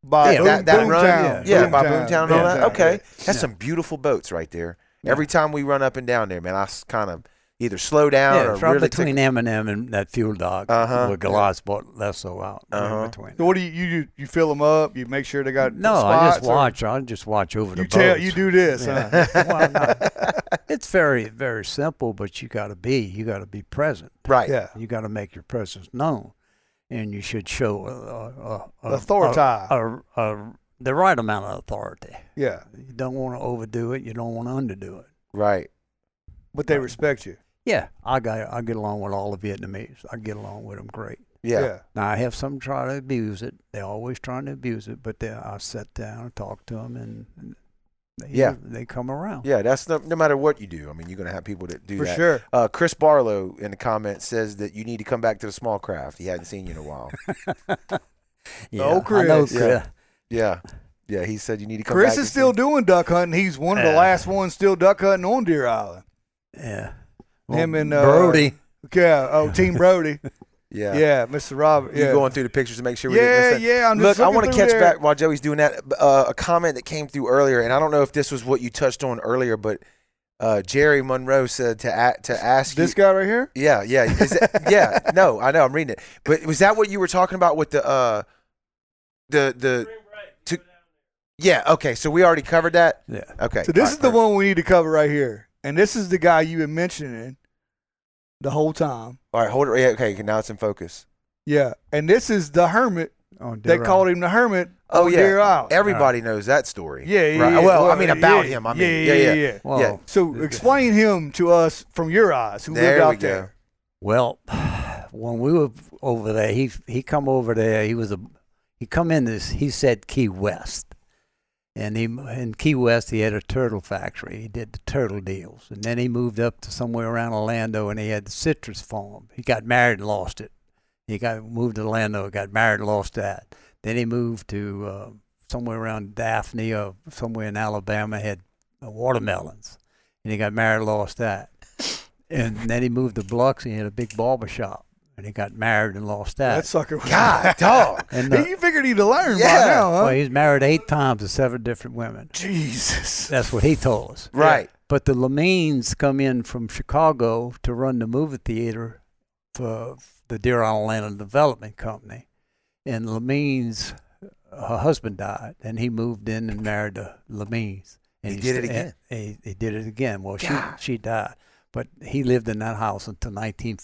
S3: By
S4: Yeah,
S3: Boom,
S2: that- that run,
S3: Boomtown.
S2: Yeah, by
S3: Boomtown.
S2: Boomtown and all that.
S3: Boomtown,
S2: Okay,
S3: yeah.
S2: that's
S4: Yeah.
S2: some beautiful boats right there.
S4: Yeah.
S2: Every time we run up and down there, man, I kind of either slow down
S4: yeah,
S2: or
S4: it's right
S2: really
S4: between M&M and that fuel dock
S2: Uh-huh.
S4: where Galatz bought Lesso out. right
S2: Uh-huh.
S4: between.
S3: So what do you you do- you fill them up? You make sure they got
S4: No, I
S3: spots,
S4: just
S3: or
S4: watch. I just watch over the
S3: You tell
S4: boats.
S3: you do this. huh?
S4: Yeah. Why not? It's very very simple, but you got to be you got to be present.
S2: right.
S3: Yeah.
S4: You got to make your presence known, and you should show a, a, a, a uh,
S3: Authority.
S4: a, a, a the right amount of authority.
S3: Yeah,
S4: You don't want to overdo it. You don't want to underdo it.
S2: Right.
S4: uh,
S3: but they respect you.
S4: Yeah, I got I get along with all the Vietnamese. I get along with them great.
S2: Yeah.
S4: Now I have some try to abuse it. They're always trying to abuse it, but then I sit down and talk to them, and, and they,
S2: Yeah.
S4: they come around.
S2: Yeah, that's no, no matter what you do. I mean, you're going to have people that do
S3: for
S2: that.
S3: sure.
S2: Uh, Chris Barlow in the comments says that you need to come back to the small craft. He hadn't seen you in a while.
S4: Yeah,
S3: Oh,
S4: I know Chris.
S3: Chris.
S2: Yeah. yeah, yeah. He said you need to come.
S3: Chris
S2: back
S3: is
S2: to
S3: still
S2: see-
S3: doing duck hunting. He's one of the
S4: Yeah.
S3: last ones still duck hunting on Deer Island.
S4: Yeah.
S3: Him and, uh,
S4: Brody.
S3: Yeah. Oh, Team Brody.
S2: Yeah,
S3: yeah. Mr. Robert.
S2: You
S3: Yeah.
S2: going through the pictures to make sure we
S3: yeah,
S2: didn't miss that.
S3: yeah. I'm
S2: Look,
S3: just
S2: I
S3: want to
S2: catch back while Joey's doing that. Uh, a comment that came through earlier, and I don't know if this was what you touched on earlier, but uh, Jerry Monroe said to a- to ask you,
S3: This guy right here.
S2: Yeah, yeah, is that, yeah. No, I know. I'm reading it. But was that what you were talking about with the uh, the the?
S1: Spring break. you
S2: To-
S1: go down
S2: Yeah. Okay. So we already covered that.
S4: Yeah.
S2: Okay.
S3: So this
S2: all
S3: is the
S2: right, all
S3: one we need to cover right here, and this is the guy you been mentioning the whole time.
S2: right. All right. Hold it. Yeah. Okay. Now it's in focus.
S3: Yeah, and this is the hermit.
S4: on
S3: They
S4: Deer
S3: called
S4: Island.
S3: him the hermit.
S2: Oh
S3: on
S2: yeah.
S3: Deer Island.
S2: Everybody knows that story.
S3: yeah, yeah,
S2: Right.
S3: yeah.
S2: Well, I mean about
S3: yeah,
S2: him. I mean, yeah, yeah.
S4: Well,
S2: Yeah.
S3: So explain him to us from your eyes, who
S2: There
S3: lived out
S2: we go.
S3: there.
S4: Well, when we were over there, he he come over there. He was a he come in this. He said Key West, and he in Key West he had a turtle factory. He did the turtle deals, and then he moved up to somewhere around Orlando, and he had the citrus farm. He got married and lost it. He got moved to Orlando, got married, and lost that. Then he moved to uh, somewhere around Daphne or somewhere in Alabama. Had uh, watermelons, and he got married, and lost that. And then he moved to Biloxi and had a big barber shop, and he got married and lost that.
S3: That sucker. Was
S2: God, dog.
S4: and uh,
S3: Hey, you figured he'd learn
S2: Yeah.
S3: by now, huh?
S4: well, he's married eight times to seven different women.
S3: Jesus.
S4: That's what he told us.
S2: Right.
S4: But the Lamines come in from Chicago to run the movie theater for the Deer Island Land and Development Company. And Lamines, her husband died, and he moved in and married the Lamines. And
S2: He did it
S4: sta-
S2: again.
S4: and He, he did it again. Well,
S2: God.
S4: she she died, but he lived in that house until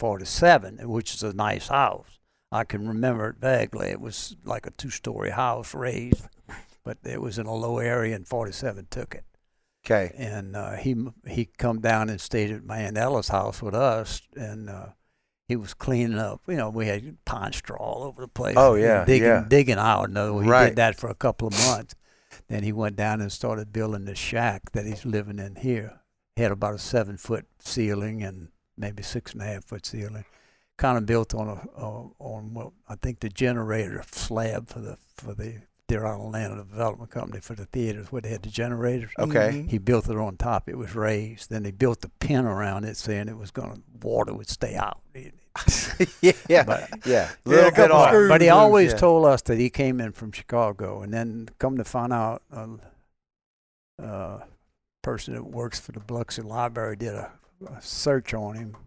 S4: 1947, which is a nice house. I can remember it vaguely. It was like a two-story house raised, but it was in a low area, and 47 took it
S2: Okay.
S4: and uh, he he come down and stayed at my aunt Ella's house with us, and uh, he was cleaning up. You know, we had pine straw all over the place.
S2: Oh, yeah,
S4: digging
S2: yeah.
S4: digging out. No, he
S2: Right.
S4: did that for a couple of months. then he went down and started building the shack that he's living in here. He had about a seven foot ceiling and maybe six and a half foot ceiling. Kind of built on a uh, on what I think the generator slab for the for the Deer Island Land Development Company for the theaters where they had the generators.
S3: Mm-hmm.
S2: Okay.
S4: He built it on top. It was raised. Then they built the pin around it, saying it was going to water would stay out. It-
S2: yeah. Yeah.
S4: But,
S2: Yeah.
S3: a
S2: Little bit
S3: couple
S2: off.
S3: screws.
S4: but he
S3: loose,
S4: always
S2: yeah.
S4: told us that he came in from Chicago, and then come to find out, a uh, uh, person that works for the Biloxi Library did a, a search on him.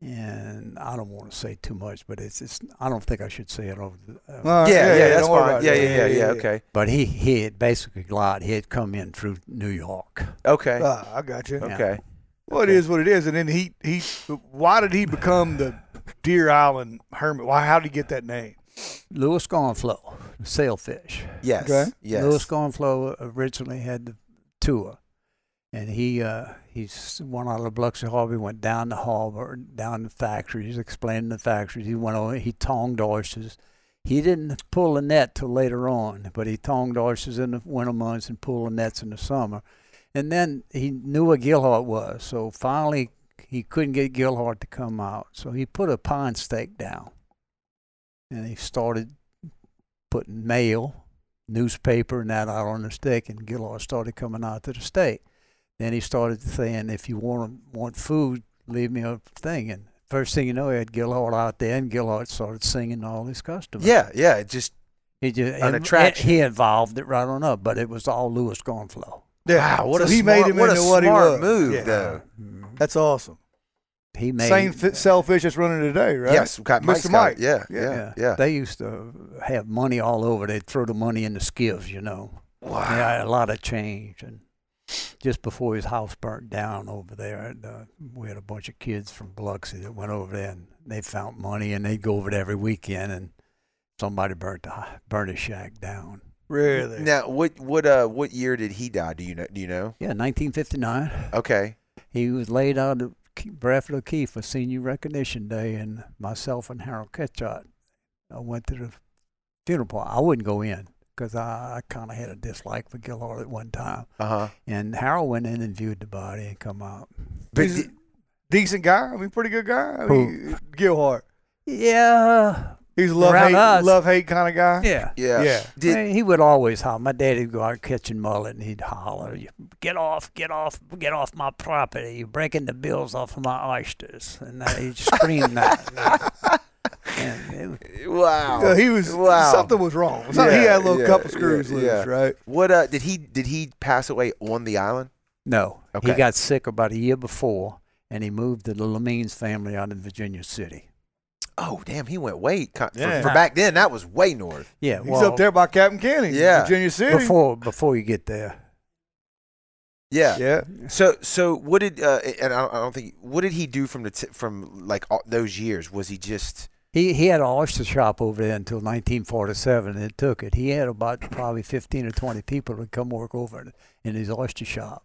S4: And I don't want to say too much, but it's, it's I don't think I should say it over. The, uh,
S3: All right,
S2: Yeah. Yeah. that's
S3: don't worry
S2: fine.
S3: about
S2: Yeah.
S3: it.
S2: Yeah. Yeah. Yeah. Okay.
S4: but he he had basically lied. He had come in through New York.
S2: Okay.
S3: Ah, I got you.
S4: Yeah.
S2: Okay.
S3: Well, it is what it is. And then he he, why did he become the Deer Island hermit? Why? How did he get that name?
S4: Louis Gonflow, sailfish.
S2: Yes.
S3: Okay.
S2: Yes.
S4: Louis Gonflow originally had the tour, and he uh, he's one out of Biloxi Harbor. Went down the harbor, down the factories, explaining the factories. He went over. He tonged oysters. He didn't pull a net till later on, but he tonged oysters in the winter months and pulled the nets in the summer. And then he knew what Gilhart was, so finally he couldn't get Gilhart to come out, so he put a pine stake down, and he started putting mail newspaper and that out on the stick, and Gillard started coming out to the state. Then he started saying, "If you want want food, leave me a thing." And first thing you know, he had Gillard out there, and Gillard started singing to all his customers.
S2: Yeah. Yeah. It just.
S4: he just
S2: an
S4: and-
S2: attraction.
S4: He involved it right on up, but it was all Louis Gonflow.
S2: Wow. What
S3: So
S2: a
S3: he
S2: smart,
S3: made him
S2: what
S3: into
S2: a
S3: what he
S2: smart
S3: was.
S2: move,
S3: Yeah.
S2: though.
S3: That's awesome.
S4: He made
S3: Same fit, selfish that's running today, right?
S2: Yes. Got Mike's got
S3: Mr. Mike.
S2: it. Yeah.
S3: Yeah.
S2: Yeah. Yeah.
S4: They used to have money all over. They'd throw the money in the skiffs, you know.
S2: Wow.
S4: Yeah, a lot of change. And just before his house burnt down over there, and, uh, we had a bunch of kids from Biloxi that went over there and they found money and they'd go over there every weekend and somebody burnt the, h- burnt his shack down.
S3: Really?
S2: Now, what what uh what year did he die? Do you know? Do you know?
S4: Yeah, 1959.
S2: Okay.
S4: He was laid out at Ke- Bradford O'Keefe for Senior Recognition Day, and myself and Harold Ketchot, I went to the funeral parlor. I wouldn't go in because I, I kind of had a dislike for Gillard at one time.
S2: Uh huh.
S4: And Harold went in and viewed the body and come out.
S2: But
S3: He's a
S2: di-
S3: decent guy. I mean, pretty good guy. I
S4: Who?
S3: mean, Gilhart.
S4: Yeah,
S3: He's a love
S4: Around
S3: hate,
S4: us.
S3: love hate kind of guy.
S4: yeah.
S2: yeah.
S3: Yeah.
S2: Did
S4: Hey, he would always holler. My daddy would go out catching mullet and he'd holler, "You- "Get off! Get off! Get off my property! You're breaking the bills off of my oysters!" And that, he'd scream that. And it was-
S2: wow.
S3: Yeah, he was
S2: wow.
S3: something was wrong. Something- he
S2: Yeah,
S3: had a little
S2: yeah,
S3: couple screws
S2: yeah,
S3: loose,
S2: yeah.
S3: right?
S2: What uh did he did he pass away on the island?
S4: no,
S2: Okay.
S4: he got sick about a year before, and he moved to the Lamines family out in Virginia City.
S2: Oh damn, he went way co- for-
S3: Yeah.
S2: for, back then. That was way north.
S4: Yeah,
S3: He's
S4: well,
S3: up there by Captain Kenny,
S2: Yeah.
S3: Virginia City.
S4: before before you get there.
S2: Yeah.
S4: Uh,
S3: Yeah,
S2: So so what did uh and I don't, I don't think what did he do from the t- from like all, those years? Was he just
S4: He he had an oyster shop over there until 1947, and it took it. He had about probably 15 or 20 people to come work over in- in his oyster shop,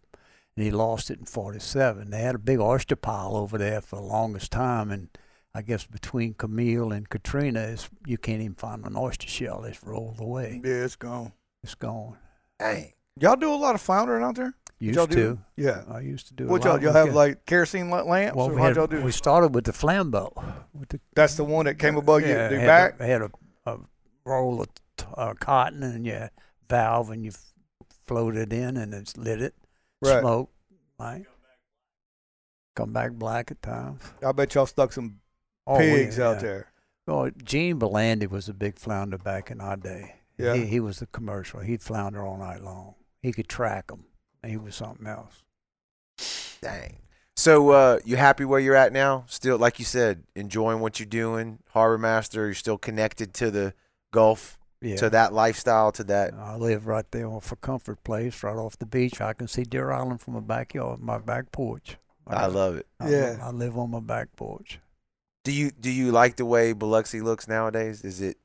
S4: and he lost it in 47. They had a big oyster pile over there for the longest time, and I guess between Camille and Katrina, it's, you can't even find an oyster shell. It's rolled away.
S3: yeah, it's gone.
S4: It's gone.
S2: dang.
S3: Y'all do a lot of floundering out there.
S4: Used
S3: y'all
S4: to.
S3: do? Yeah.
S4: I used to do. a
S3: What y'all
S4: lot
S3: y'all
S4: with
S3: have
S4: it.
S3: like kerosene la- lamps?
S4: Well,
S3: or
S4: we,
S3: what
S4: had,
S3: y'all do?
S4: we started with the flambeau. With the
S3: That's the one that came above
S4: Yeah,
S3: you, the
S4: had
S3: back.
S4: A, had a, a roll of t- uh, cotton and you valve and you f- float it in and it's lit it.
S3: Right.
S4: Smoke, right? Come back black at times.
S3: I bet y'all stuck some
S4: Oh, we-
S3: pigs out
S4: yeah.
S3: there.
S4: Oh, Gene Belandi was a big flounder back in our day.
S3: Yeah.
S4: He, he was a commercial. He'd flounder all night long. He could track them. He was something else.
S2: Dang. So uh you happy where you're at now? Still like you said, enjoying what you're doing, harbor master, you're still connected to the Gulf,
S4: Yeah.
S2: to that lifestyle, to that
S4: I live right there off a comfort place, right off the beach. I can see Deer Island from my backyard, my back porch.
S2: I love it.
S4: I
S3: Yeah.
S4: li- I live on my back porch.
S2: Do you do you like the way Biloxi looks nowadays? Is it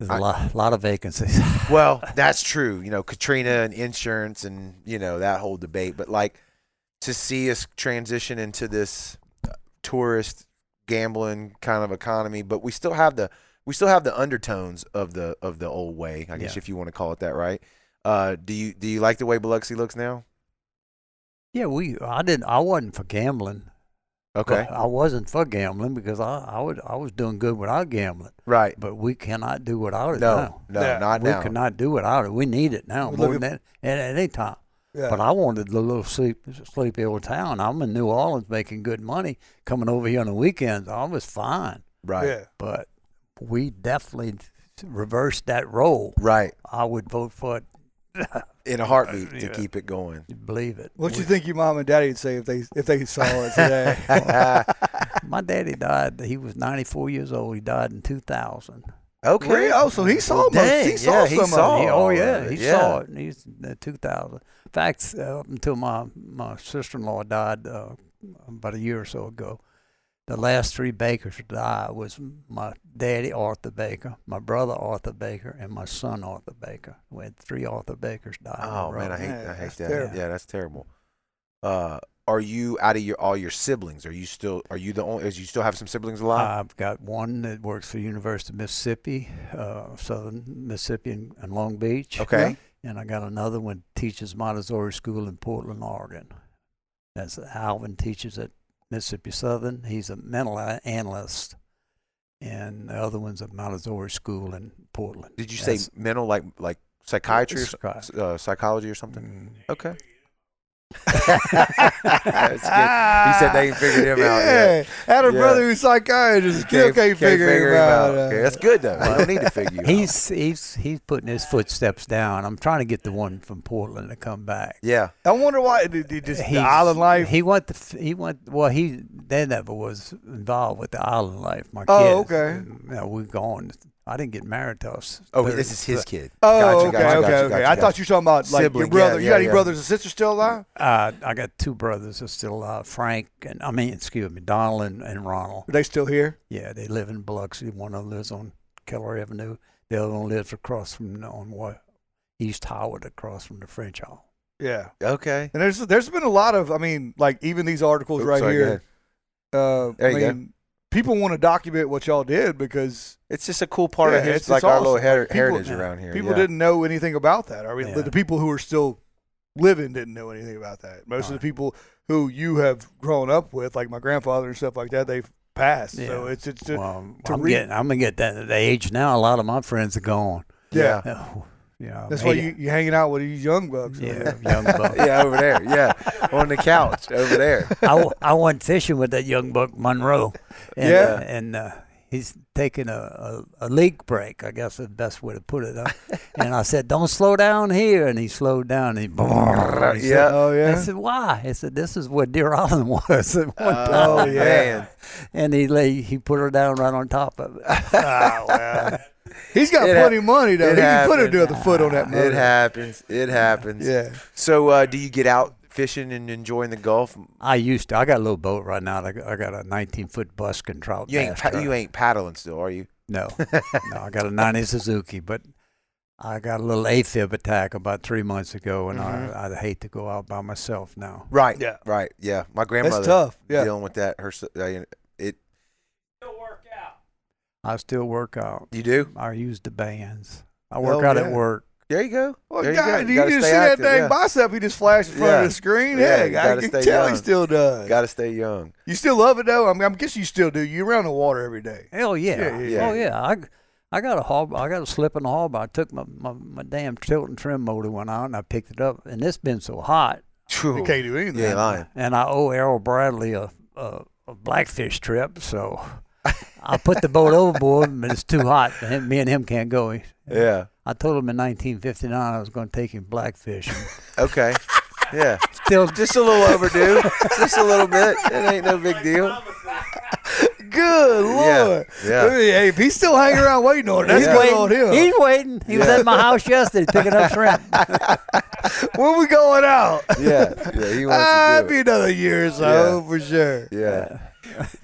S4: There's
S2: I-
S4: a lot, lot of vacancies.
S2: Well, that's true. You know, Katrina and insurance and, you know, that whole debate. But like to see us transition into this uh, tourist gambling kind of economy, but we still have the we still have the undertones of the of the old way, I guess
S4: Yeah.
S2: if you want to call it that, right? Uh, do you do you like the way Biloxi looks now?
S4: yeah, we. I didn't. I wasn't for gambling.
S2: Okay.
S4: Well, I wasn't for gambling because I, I would I was doing good without gambling.
S2: Right.
S4: But we cannot do without it
S2: No,
S4: now.
S2: no,
S3: Yeah,
S2: not
S4: we
S2: now.
S4: cannot do without it. We need it now
S3: We
S4: more
S3: live
S4: than at, at any time.
S3: Yeah.
S4: But I wanted the little sleep, sleepy old town. I'm in New Orleans making good money. Coming over here on the weekends, I was fine.
S2: Right.
S3: Yeah.
S4: But we definitely reversed that role.
S2: Right.
S4: I would vote for it.
S2: In a heartbeat to
S4: Yeah.
S2: keep it going.
S4: Believe it.
S3: What
S4: We-
S3: you think your mom and daddy would say if they if they saw it today?
S4: My daddy died. He was 94 years old. He died in 2000.
S2: okay.
S3: Really? Oh, so he saw
S2: Well,
S3: most. He
S2: dang,
S3: saw
S2: yeah,
S3: some
S2: he
S3: of
S2: saw.
S3: it.
S4: He- oh yeah,
S2: uh,
S4: he
S2: yeah.
S4: saw it. And he's uh, 2000. In fact, uh, up until my my sister-in-law died uh, about a year or so ago, the last three Bakers to die was my daddy Arthur Baker, my brother Arthur Baker, and my son Arthur Baker. We had three Arthur Bakers die. in a
S2: Oh man,
S4: row.
S2: I hate
S3: Yeah,
S2: I hate
S3: that's
S2: that.
S3: terrible.
S2: Yeah, that's terrible. Uh, are you out of your all your siblings? Are you still are you the only? Is you still have some siblings
S3: Uh,
S2: alive?
S4: I've got one that works for University of Mississippi, uh, Southern Mississippi, and, and Long Beach.
S2: okay,
S4: And I got another one teaches Montessori school in Portland, Oregon. That's Alvin teaches at Mississippi Southern. He's a mental a- analyst, and the other one's at Montessori school in Portland.
S2: did you say
S4: That's-
S2: mental like like psychiatry or
S4: Psych-
S2: s- uh, psychology or something?
S4: Mm.
S2: Okay. That's good. He said they ain't figured him out yet.
S3: Yeah, had a
S2: Yeah.
S3: brother who's psychiatrist. Still can't, figure, him out. uh,
S2: Okay, that's good though. I don't need to figure you out.
S4: He's he's he's putting his footsteps down. I'm trying to get the one from Portland to come back.
S2: yeah.
S3: I wonder why did he just the
S4: He's-
S3: island life.
S4: He went. The, f- he went. Well, he they never was involved with the island life. My
S3: Oh,
S4: kids.
S3: okay.
S4: And, you know, we're gone. I didn't get married till I was
S2: Oh,
S4: 30.
S2: this is his kid.
S3: oh,
S2: Gotcha,
S3: okay,
S2: gotcha,
S3: okay,
S2: gotcha,
S3: okay.
S2: gotcha,
S3: I thought
S2: gotcha.
S3: you were talking about like your
S2: Sibling,
S3: brother.
S2: yeah,
S3: you
S2: yeah,
S3: got any
S2: yeah.
S3: brothers and sisters still alive?
S4: Uh, I got two brothers that's still alive, Frank and I mean, excuse me, Donald and, and Ronald.
S3: Are they still here?
S4: Yeah, they live in Biloxi. One of them lives on Keller Avenue. The other one lives across from on Wa- East Howard across from the French Hall.
S3: Yeah.
S2: Okay.
S3: And there's there's been a lot of I mean like even these articles
S2: Oops,
S3: right
S2: sorry, go
S3: here.
S2: ahead.
S3: Uh,
S2: There
S3: I
S2: you go.
S3: mean, people want to document what y'all did because
S2: It's just a cool part
S3: Yeah,
S2: of his,
S3: it's-
S2: like
S3: it's
S2: our
S3: awesome.
S2: little her-
S3: Like, people-
S2: heritage
S4: yeah.
S2: around here.
S3: people
S2: yeah.
S3: didn't know anything about that. I mean,
S4: Yeah.
S3: the people who are still living didn't know anything about that. Most of
S4: Right.
S3: the people who you have grown up with, like my grandfather and stuff like that, they've passed. So
S4: Yeah.
S3: it's it's just,
S4: Well,
S3: to
S4: I'm
S3: read-
S4: getting I'm gonna get that at the age now. A lot of my friends are gone.
S3: yeah.
S4: Oh, yeah,
S3: That's
S4: I
S3: why
S4: hate
S3: you you hanging out with these young bucks.
S4: it.
S3: over
S4: Yeah,
S3: there.
S4: young buck.
S2: yeah, over there. Yeah, on the couch over there.
S4: I, w- I went fishing with that young buck Monroe. And,
S3: Yeah.
S4: Uh, and uh, he's taking a, a, a leak break, I guess is the best way to put it. Uh, and I said, don't slow down here. And he slowed down. And he, brrrr, he
S2: Yeah.
S4: said-
S3: Oh
S4: I
S3: yeah.
S4: said, why? He said, this is where Deer Island was at one time.
S2: Oh,
S3: yeah.
S2: man.
S4: And he lay, he put her down right on top of it.
S3: Oh, well. He's got
S2: It hap-
S3: plenty of money though.
S2: it
S3: He can put
S2: happened.
S3: another foot on that motor.
S2: It happens. It happens.
S3: Yeah.
S2: So, uh, do you get out fishing and enjoying the Gulf?
S4: I used to. I got a little boat right now. I got, I got a 19 foot buskin trout.
S2: You ain't
S4: bass
S2: pa-
S4: truck.
S2: you ain't paddling still, are you?
S4: No, no, I got a 90 Suzuki, but I got a little AFib attack about three months ago, and I,
S3: Mm-hmm.
S4: I'd hate to go out by myself now.
S2: Right.
S3: Yeah.
S2: Right. Yeah. My grandmother
S3: That's tough. Yeah.
S2: dealing with that. Her s- uh, it.
S1: Still work out.
S4: I still work out.
S2: You do.
S4: I use the bands. I work
S3: Oh,
S4: out
S3: yeah.
S4: at work.
S2: There you go.
S3: Well,
S2: there
S3: Oh,
S2: you
S3: God, you,
S2: go. gotta
S3: just
S2: stay
S3: see that
S2: active,
S3: dang
S2: yeah.
S3: bicep he just flashed in front
S2: Yeah.
S3: of the screen.
S2: Yeah,
S3: Heck,
S2: you
S3: I
S2: gotta
S3: can
S2: stay
S3: tell
S2: young.
S3: he still does.
S2: Gotta stay young.
S3: You still love it though. I mean, I guess you still do. You're around the water every day.
S4: Hell yeah.
S3: Yeah, yeah,
S4: Oh
S2: yeah.
S4: yeah. I I got a haul. I got a slip and a haul. But I took my, my my damn tilt and trim motor went out, and I picked it up, and it's been so hot.
S3: You
S2: True.
S3: can't do anything.
S2: Yeah, lying.
S4: and I owe Errol Bradley a, a, a blackfish trip, so I put the boat overboard, but it's too hot. and him- me and him can't go. He-
S2: Yeah.
S4: I told him in 1959 I was going to take him blackfish.
S2: Okay. Yeah.
S4: Still,
S2: Just a little overdue. Just a little bit. It ain't no big deal.
S3: Good lord.
S2: yeah.
S3: Hey, if he's still hanging around waiting on it, that's
S4: he's
S3: good
S4: waiting.
S3: on him.
S4: He's waiting. He was at my house yesterday picking up shrimp.
S3: when we going out?
S2: Yeah. Yeah. He wants
S3: Ah,
S2: to do
S3: be
S2: it.
S3: another year or so for sure.
S2: Yeah.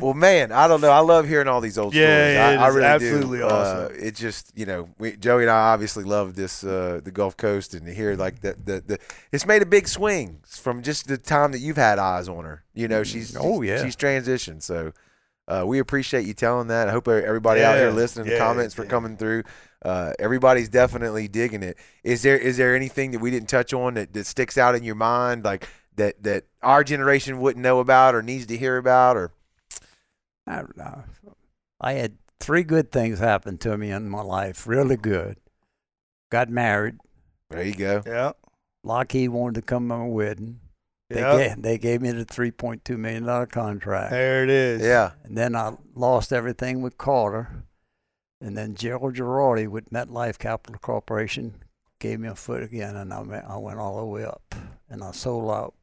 S2: Well, man, I don't know. I love hearing all these old
S3: Yeah,
S2: stories.
S3: yeah,
S2: I,
S3: it
S2: I
S3: is
S2: really
S3: absolutely
S2: do.
S3: awesome.
S2: Uh, it just, you know, we, Joey and I obviously love this, uh, the Gulf Coast, and to hear like that, the, the, it's made a big swing from just the time that you've had eyes on her. You know, she's,
S4: Oh, yeah.
S2: she's transitioned. So, uh, we appreciate you telling that. I hope e-, everybody out here
S3: Yeah,
S2: listening, the
S3: yeah,
S2: comments were
S3: yeah.
S2: coming through. Uh, everybody's definitely digging it. Is there is there anything that we didn't touch on that, that sticks out in your mind, like that that our generation wouldn't know about or needs to hear about, or
S4: I don't know. I had three good things happen to me in my life, really good. Got married.
S2: there you go.
S3: Yeah.
S4: Lockheed wanted to come to my wedding. They,
S3: Yeah.
S4: gave, they gave me the $3.2 million contract.
S3: There it is.
S2: Yeah.
S4: And then I lost everything with Carter. And then Gerald Girardi with MetLife Capital Corporation gave me a foot again, and I, went- I went all the way up. And I sold out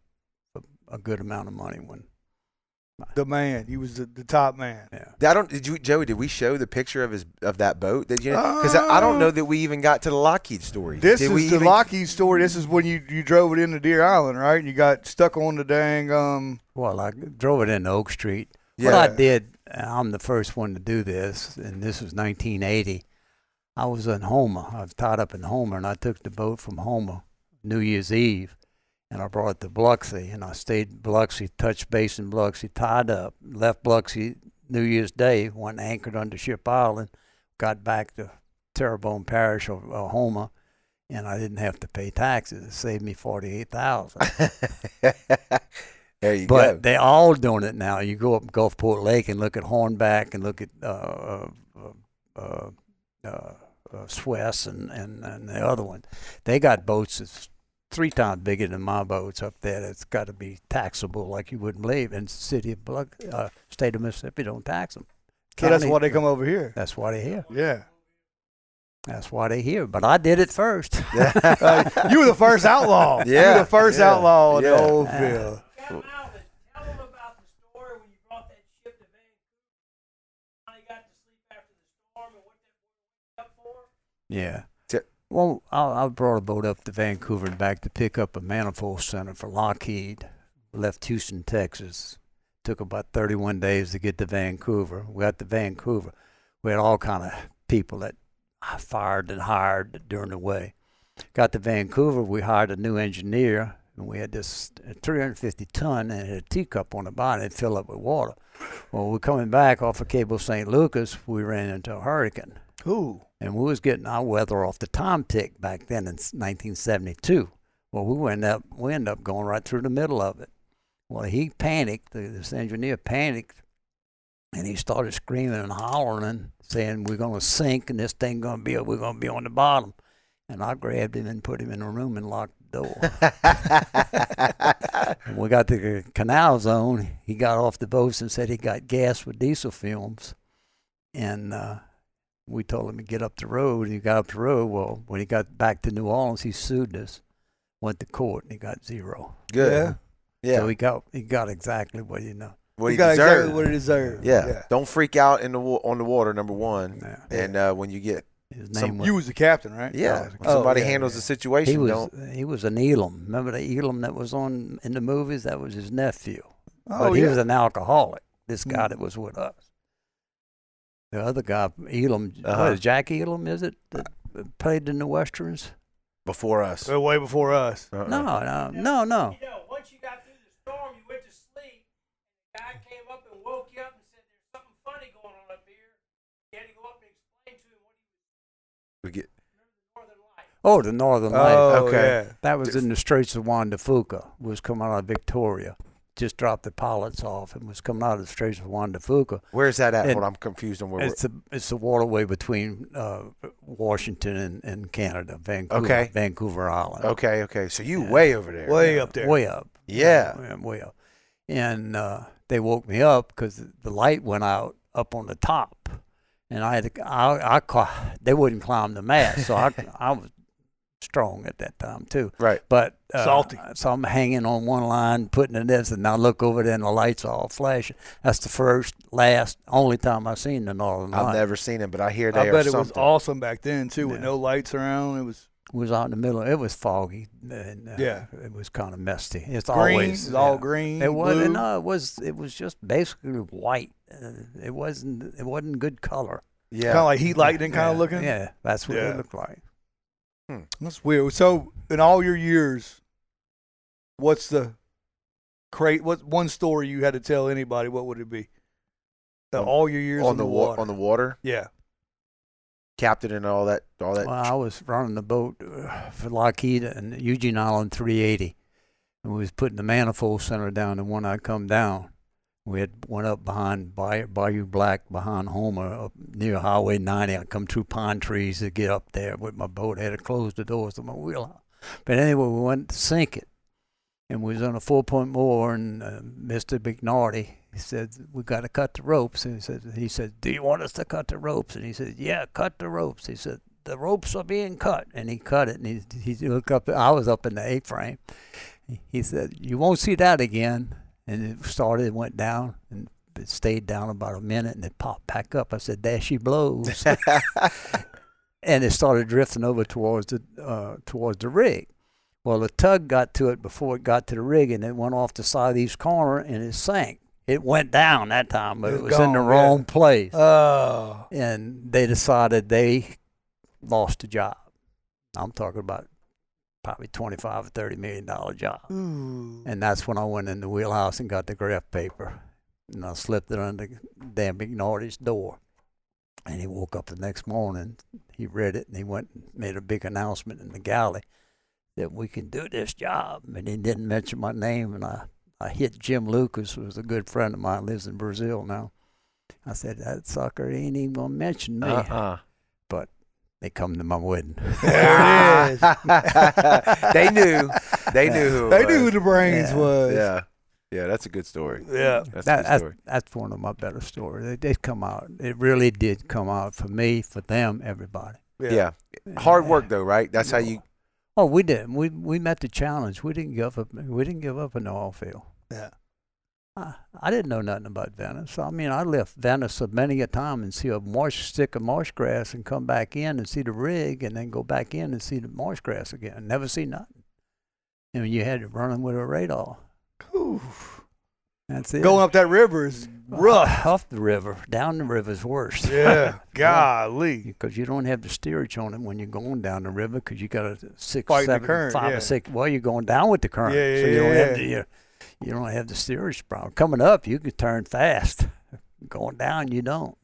S4: a, a good amount of money when,
S3: The man. He was the, the top man.
S4: yeah.
S2: I don't. Did you, Joey? Did we show the picture of his of that boat? Did you? Because I, I don't know that we even got to the Lockheed story.
S3: Uh, This
S2: did
S3: is
S2: we
S3: the
S2: even-
S3: Lockheed story. This is when you, you drove it into Deer Island, right? You got stuck on the dang um
S4: Well, I drove it into Oak Street. What
S2: Yeah.
S4: I did, and I'm the first one to do this, and this was 1980. I was in Homer. I was tied up in Homer, and I took the boat from Homer New Year's Eve, and I brought it to Biloxi, and I stayed in Biloxi, touched base in Biloxi, tied up, left Biloxi New Year's Day, went anchored under Ship Island, got back to Terrebonne Parish or, or Homer, and I didn't have to pay taxes. It saved me 48000
S2: there you
S4: but
S2: go.
S4: they all doing it now. You go up Gulfport Lake and look at Hornback and look at uh, uh, uh, uh, uh, Swess and, and, and the other one. They got boats that's three times bigger than my boats up there. That's got to be taxable like you wouldn't believe. And city of Bilox- uh, state of Mississippi don't tax them.
S3: so that's why they come over here.
S4: That's why they here.
S3: Yeah.
S4: That's why they here. But I did it first.
S3: Uh, you were the first outlaw. You
S2: Yeah,
S3: were the first
S2: yeah,
S3: outlaw in
S2: yeah. Ah.
S3: the old field.
S1: Come out and tell them about the story when you brought that ship to Vancouver. How they got to sleep after the storm and what they were up for.
S4: Yeah.
S2: Ti-
S4: Well, I, I brought a boat up to Vancouver and back to pick up a manifold center for Lockheed. Left Houston, Texas. Took about 31 days to get to Vancouver. We got to Vancouver. We had all kind of people that I fired and hired during the way. got to Vancouver, we hired a new engineer, and we had this 350 ton and it had a teacup on the bottom and filled up with water. Well, we're coming back off of Cable St. Lucas, we ran into a hurricane,
S3: Ooh.
S4: and we was getting our weather off the Tom Tick back then in 1972. Well, we went up, we ended up going right through the middle of it. Well, he panicked. th- This engineer panicked, and he started screaming and hollering, and saying, "We're gonna sink, and this thing gonna be, we're gonna be on the bottom." And I grabbed him and put him in a room and locked the door. And we got to the canal zone. He got off the boats and said he got gas with diesel fumes, and uh, we told him to get up the road. He got up the road. Well, when he got back to New Orleans, he sued us, went to court, and he got zero.
S2: Good. Yeah.
S4: So he got he got exactly what he know.
S2: what
S3: You
S2: he
S3: got
S2: deserved.
S3: exactly what he deserved.
S2: yeah. Don't freak out in the wa- on the water. Number one.
S4: Yeah.
S2: And uh, when you get
S4: His
S2: Some-
S4: name
S3: You was the captain, right?
S2: yeah, when
S3: Oh,
S2: somebody
S3: yeah,
S2: handles
S3: yeah.
S2: the situation.
S4: he was
S2: don't
S4: he was an Elam. Remember the Elam that was on in the movies? That was his nephew.
S3: Oh,
S4: but he
S3: yeah.
S4: was an alcoholic. This
S3: Hmm.
S4: guy that was with us. The other guy, Elam,
S2: Uh-huh.
S4: what is Jack Elam, is it? That uh, played in the westerns?
S2: before us.
S3: Well, way before us.
S2: Uh-uh.
S4: No, no, no, no.
S1: You know, once you got through the storm, you went to sleep. The guy came up and woke you up and said, "There's something funny going on up here." You had to go up and explain to him what he
S2: We get-
S1: was Northern Light.
S4: Oh, the Northern Light.
S3: Oh,
S2: Okay.
S3: yeah.
S4: That was in the Straits of Juan de Fuca. Was coming out of Victoria. Just dropped the pilots off and was coming out of the Straits of Juan de Fuca.
S2: Where's that at?
S4: And-
S2: Hold on, I'm confused on where. we're-
S4: It's the it's the waterway between uh, Washington and, and Canada, Vancouver,
S2: Okay.
S4: Vancouver Island,
S2: Okay, okay. So you way over there.
S3: Way up there.
S4: way up,
S2: Yeah.
S4: way up, way up. And uh, they woke me up because the light went out up on the top, and I had to, I, I ca- they wouldn't climb the mast, so I I was strong at that time too.
S2: Right.
S4: But uh,
S3: Salty.
S4: So I'm hanging on one line, putting it this, and I look over there, and the lights are all flashing. That's the first, last, only time I seen the Northern
S2: I've
S4: Light.
S2: never seen him, but I hear they
S3: I
S2: are
S3: bet it was
S2: something.
S3: awesome back then too, with
S4: Yeah.
S3: no lights around. It was
S4: was out in the middle. It was foggy. And, uh,
S3: Yeah.
S4: it was kind of musty. It's
S3: green. It
S4: always
S3: was all
S4: yeah.
S3: green.
S4: It was
S3: blue.
S4: no, it was it was just basically white. Uh, it wasn't it wasn't good color.
S2: yeah.
S3: Kind of like heat lightning kind of
S4: Yeah,
S3: looking.
S4: Yeah, that's what
S3: Yeah.
S4: it looked like.
S3: That's weird. So, in all your years, what's the crate? What one story you had to tell anybody? What would it be? Uh,
S2: On-
S3: all your years
S2: on,
S3: in
S2: the
S3: the,
S2: wa-
S3: water.
S2: on the water,
S3: yeah.
S2: captain and all that, all that.
S4: Well, I was running the boat uh, for Lockheed and Eugene Island 380, and we was putting the manifold center down. And when I come down, we had went up behind Bay- Bayou Black, behind Homer, up near Highway 90. I come through pine trees to get up there with my boat. had to close the doors of my wheel. But anyway, we went to sink it, and we was on a four point moor, and uh, Mr. McNarty. He said, "We got to cut the ropes." And he said, "He said, do you want us to cut the ropes?" And he said, "Yeah, cut the ropes." He said, the ropes are being cut. And he cut it, and he, he looked up. I was up in the A-frame. He said, you won't see that again. And it started, it went down, and it stayed down about a minute, and it popped back up. I said, there she blows. and it started drifting over towards the, uh, towards the rig. Well, the tug got to it before it got to the rig, and it went off the southeast corner, and it sank. It went down that time, but
S3: It
S4: it,
S3: was
S4: was in the
S3: gone, yeah.
S4: wrong place
S3: Oh,
S4: and they decided they lost a job. I'm talking about probably 25 or 30 million dollar job.
S3: ooh.
S4: And that's when I went in the wheelhouse and got the graph paper. And I slipped it under Dan McNarty's door. And he woke up the next morning, he read it, and he went and made a big announcement in the galley that we can do this job. And he didn't mention my name. And I, I hit Jim Lucas, who was a good friend of mine, lives in Brazil now. I said, That sucker ain't even going to mention me.
S2: uh-uh.
S4: They come to my wedding.
S3: There it is.
S2: they knew. They knew who. it
S3: They knew who
S2: was.
S3: the brains
S4: Yeah.
S3: was.
S2: Yeah. Yeah, that's a good story.
S3: Yeah.
S2: That's a
S4: That-
S2: good
S4: that's,
S2: story.
S4: that's one of my better stories. They did come out. It really did come out for me, for them, everybody.
S3: Yeah.
S2: yeah. Hard work though, right? That's how you.
S4: Oh, we did. We we met the challenge. We didn't give up. We didn't give up in the oil field.
S3: Yeah.
S4: I, I didn't know nothing about Venice. I mean, I left Venice a many a time and see a marsh stick of marsh grass and come back in and see the rig and then go back in and see the marsh grass again. Never see nothing. And you had it running with a radar.
S3: Ooh.
S4: That's it.
S3: Going up that river is rough.
S4: Off the river. Down the river is worse.
S3: Yeah, golly.
S4: Because you don't have the steerage on it when you're going down the river because you got a six,
S3: Fighting the
S4: seven,
S3: current,
S4: five
S3: yeah.
S4: or six. Well, you're going down with the current,
S3: Yeah, yeah,
S4: so you don't
S3: yeah.
S4: have the you, you don't have the steerage problem. Coming up, you can turn fast. Going down, you don't.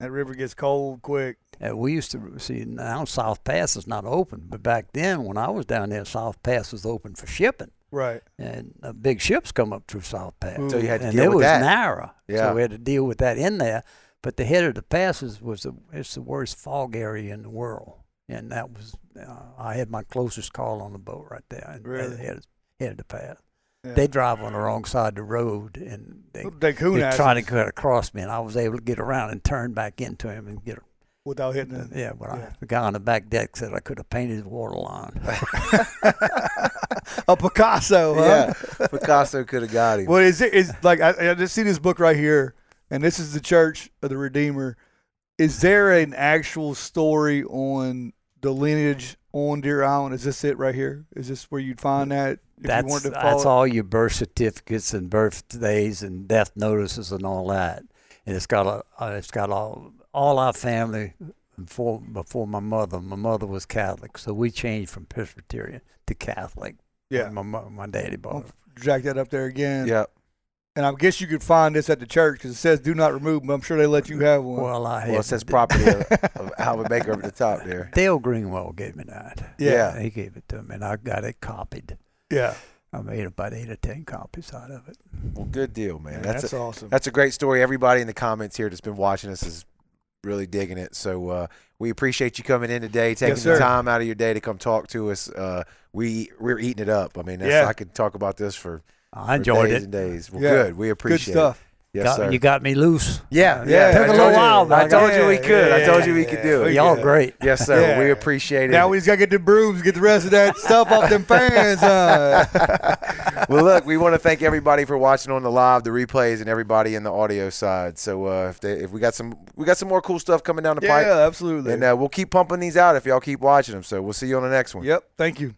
S3: That river gets cold quick.
S4: Uh, we used to see now South Pass is not open, but back then when I was down there, South Pass was open for shipping,
S3: Right.
S4: and uh, big ships come up through South Pass
S2: So you had to
S4: and
S2: deal
S4: it
S2: with
S4: was
S2: that.
S4: narrow.
S2: Yeah.
S4: So we had to deal with that in there. But the head of the passes was the it's the worst fog area in the world, and that was uh, I had my closest call on the boat right there. and- and
S3: Really?
S4: Head, of- head of the pass.
S3: Yeah.
S4: They drive on the wrong side of the road, and they,
S3: They coon
S4: they
S3: ass
S4: try to cut across me, and I was able to get around and turn back into him and get.
S3: without hitting it.
S4: Yeah, but
S3: yeah.
S4: I, the guy on the back deck said I could have painted the water line.
S3: A Picasso, huh?
S2: Yeah, Picasso could have got him.
S3: Well, is it is like I, I just see this book right here, and this is the Church of the Redeemer. Is there an actual story on the lineage on Deer Island? Is this it right here? Is this where you'd find that? If you
S4: that's
S3: wanted to follow
S4: that's all your birth certificates and birthdays and death notices and all that. And it's got a uh, it's got all all our family before before my mother. My mother was Catholic, so we changed from Presbyterian to Catholic. when
S3: Yeah,
S4: my mo- my daddy bought. it.
S3: jack that up there again.
S2: yeah,
S3: and I guess you could find this at the church because it says "Do not remove," but I'm sure they let you have one.
S4: Well, I had
S2: well, it says property of, of Alvin Baker over the top there.
S4: Dale Greenwell gave me that.
S2: Yeah.
S4: he gave it to me, and I got it copied.
S3: yeah,
S4: I made about eight or ten copies out of it.
S2: Well, good deal, man.
S3: Man,
S2: That's,
S3: that's,
S2: a,
S3: awesome.
S2: that's a great story. Everybody in the comments here that's been watching us is really digging it. So uh, we appreciate you coming in today, taking the
S3: sir.
S2: time out of your day to come talk to us. Uh, we we're eating it up. I mean, that's,
S3: Yeah.
S2: I could talk about this for,
S4: I
S2: for
S4: enjoyed
S2: days
S4: it.
S2: and days. Well,
S3: Yeah.
S2: good. We
S3: Good
S2: appreciate
S3: stuff.
S2: it. Yes,
S4: Got-
S2: sir.
S4: you got me loose.
S2: yeah,
S4: Yeah,
S2: yeah.
S4: it took
S2: I
S4: a
S2: told
S4: little
S2: you-
S4: while, but
S2: I
S4: I
S2: told
S4: got-
S2: you we could. I
S3: Yeah,
S2: told you
S3: yeah,
S2: we could do
S3: yeah.
S2: it.
S4: Y'all
S3: Yeah.
S4: great.
S2: Yes, sir.
S3: Yeah.
S2: We appreciate it.
S3: Now we just gotta get the brooms, get the rest of that stuff off them fans. Uh,
S2: well, look, we want to thank everybody for watching on the live, the replays, and everybody in the audio side. So uh, if, they, if we got some, we got some more cool stuff coming down the
S3: yeah,
S2: pipe,
S3: absolutely.
S2: and uh, we'll keep pumping these out if y'all keep watching them. So we'll see you on the next one.
S3: yep. Thank you.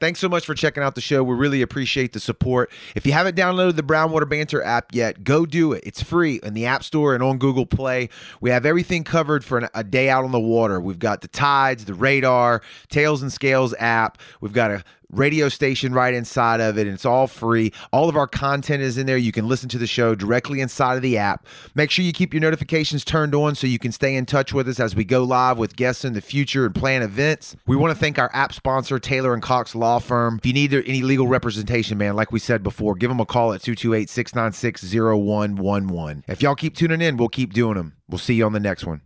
S5: Thanks so much for checking out the show. We really appreciate the support. If you haven't downloaded the Brownwater Banter app yet, go do it. It's free in the App Store and on Google Play. We have everything covered for an, a day out on the water. We've got the tides, the radar, tails and scales app. We've got a radio station right inside of it, and it's all free. All of our content is in there. You can listen to the show directly inside of the app. Make sure you keep your notifications turned on so you can stay in touch with us as we go live with guests in the future and plan events. We want to thank our app sponsor, Taylor and Cox Law Firm. If you need any legal representation, man, like we said before, give them a call at 228 696 0111. If y'all keep tuning in, we'll keep doing them. We'll see you on the next one.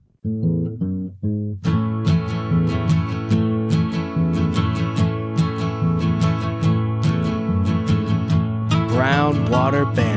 S6: Brown Water Band.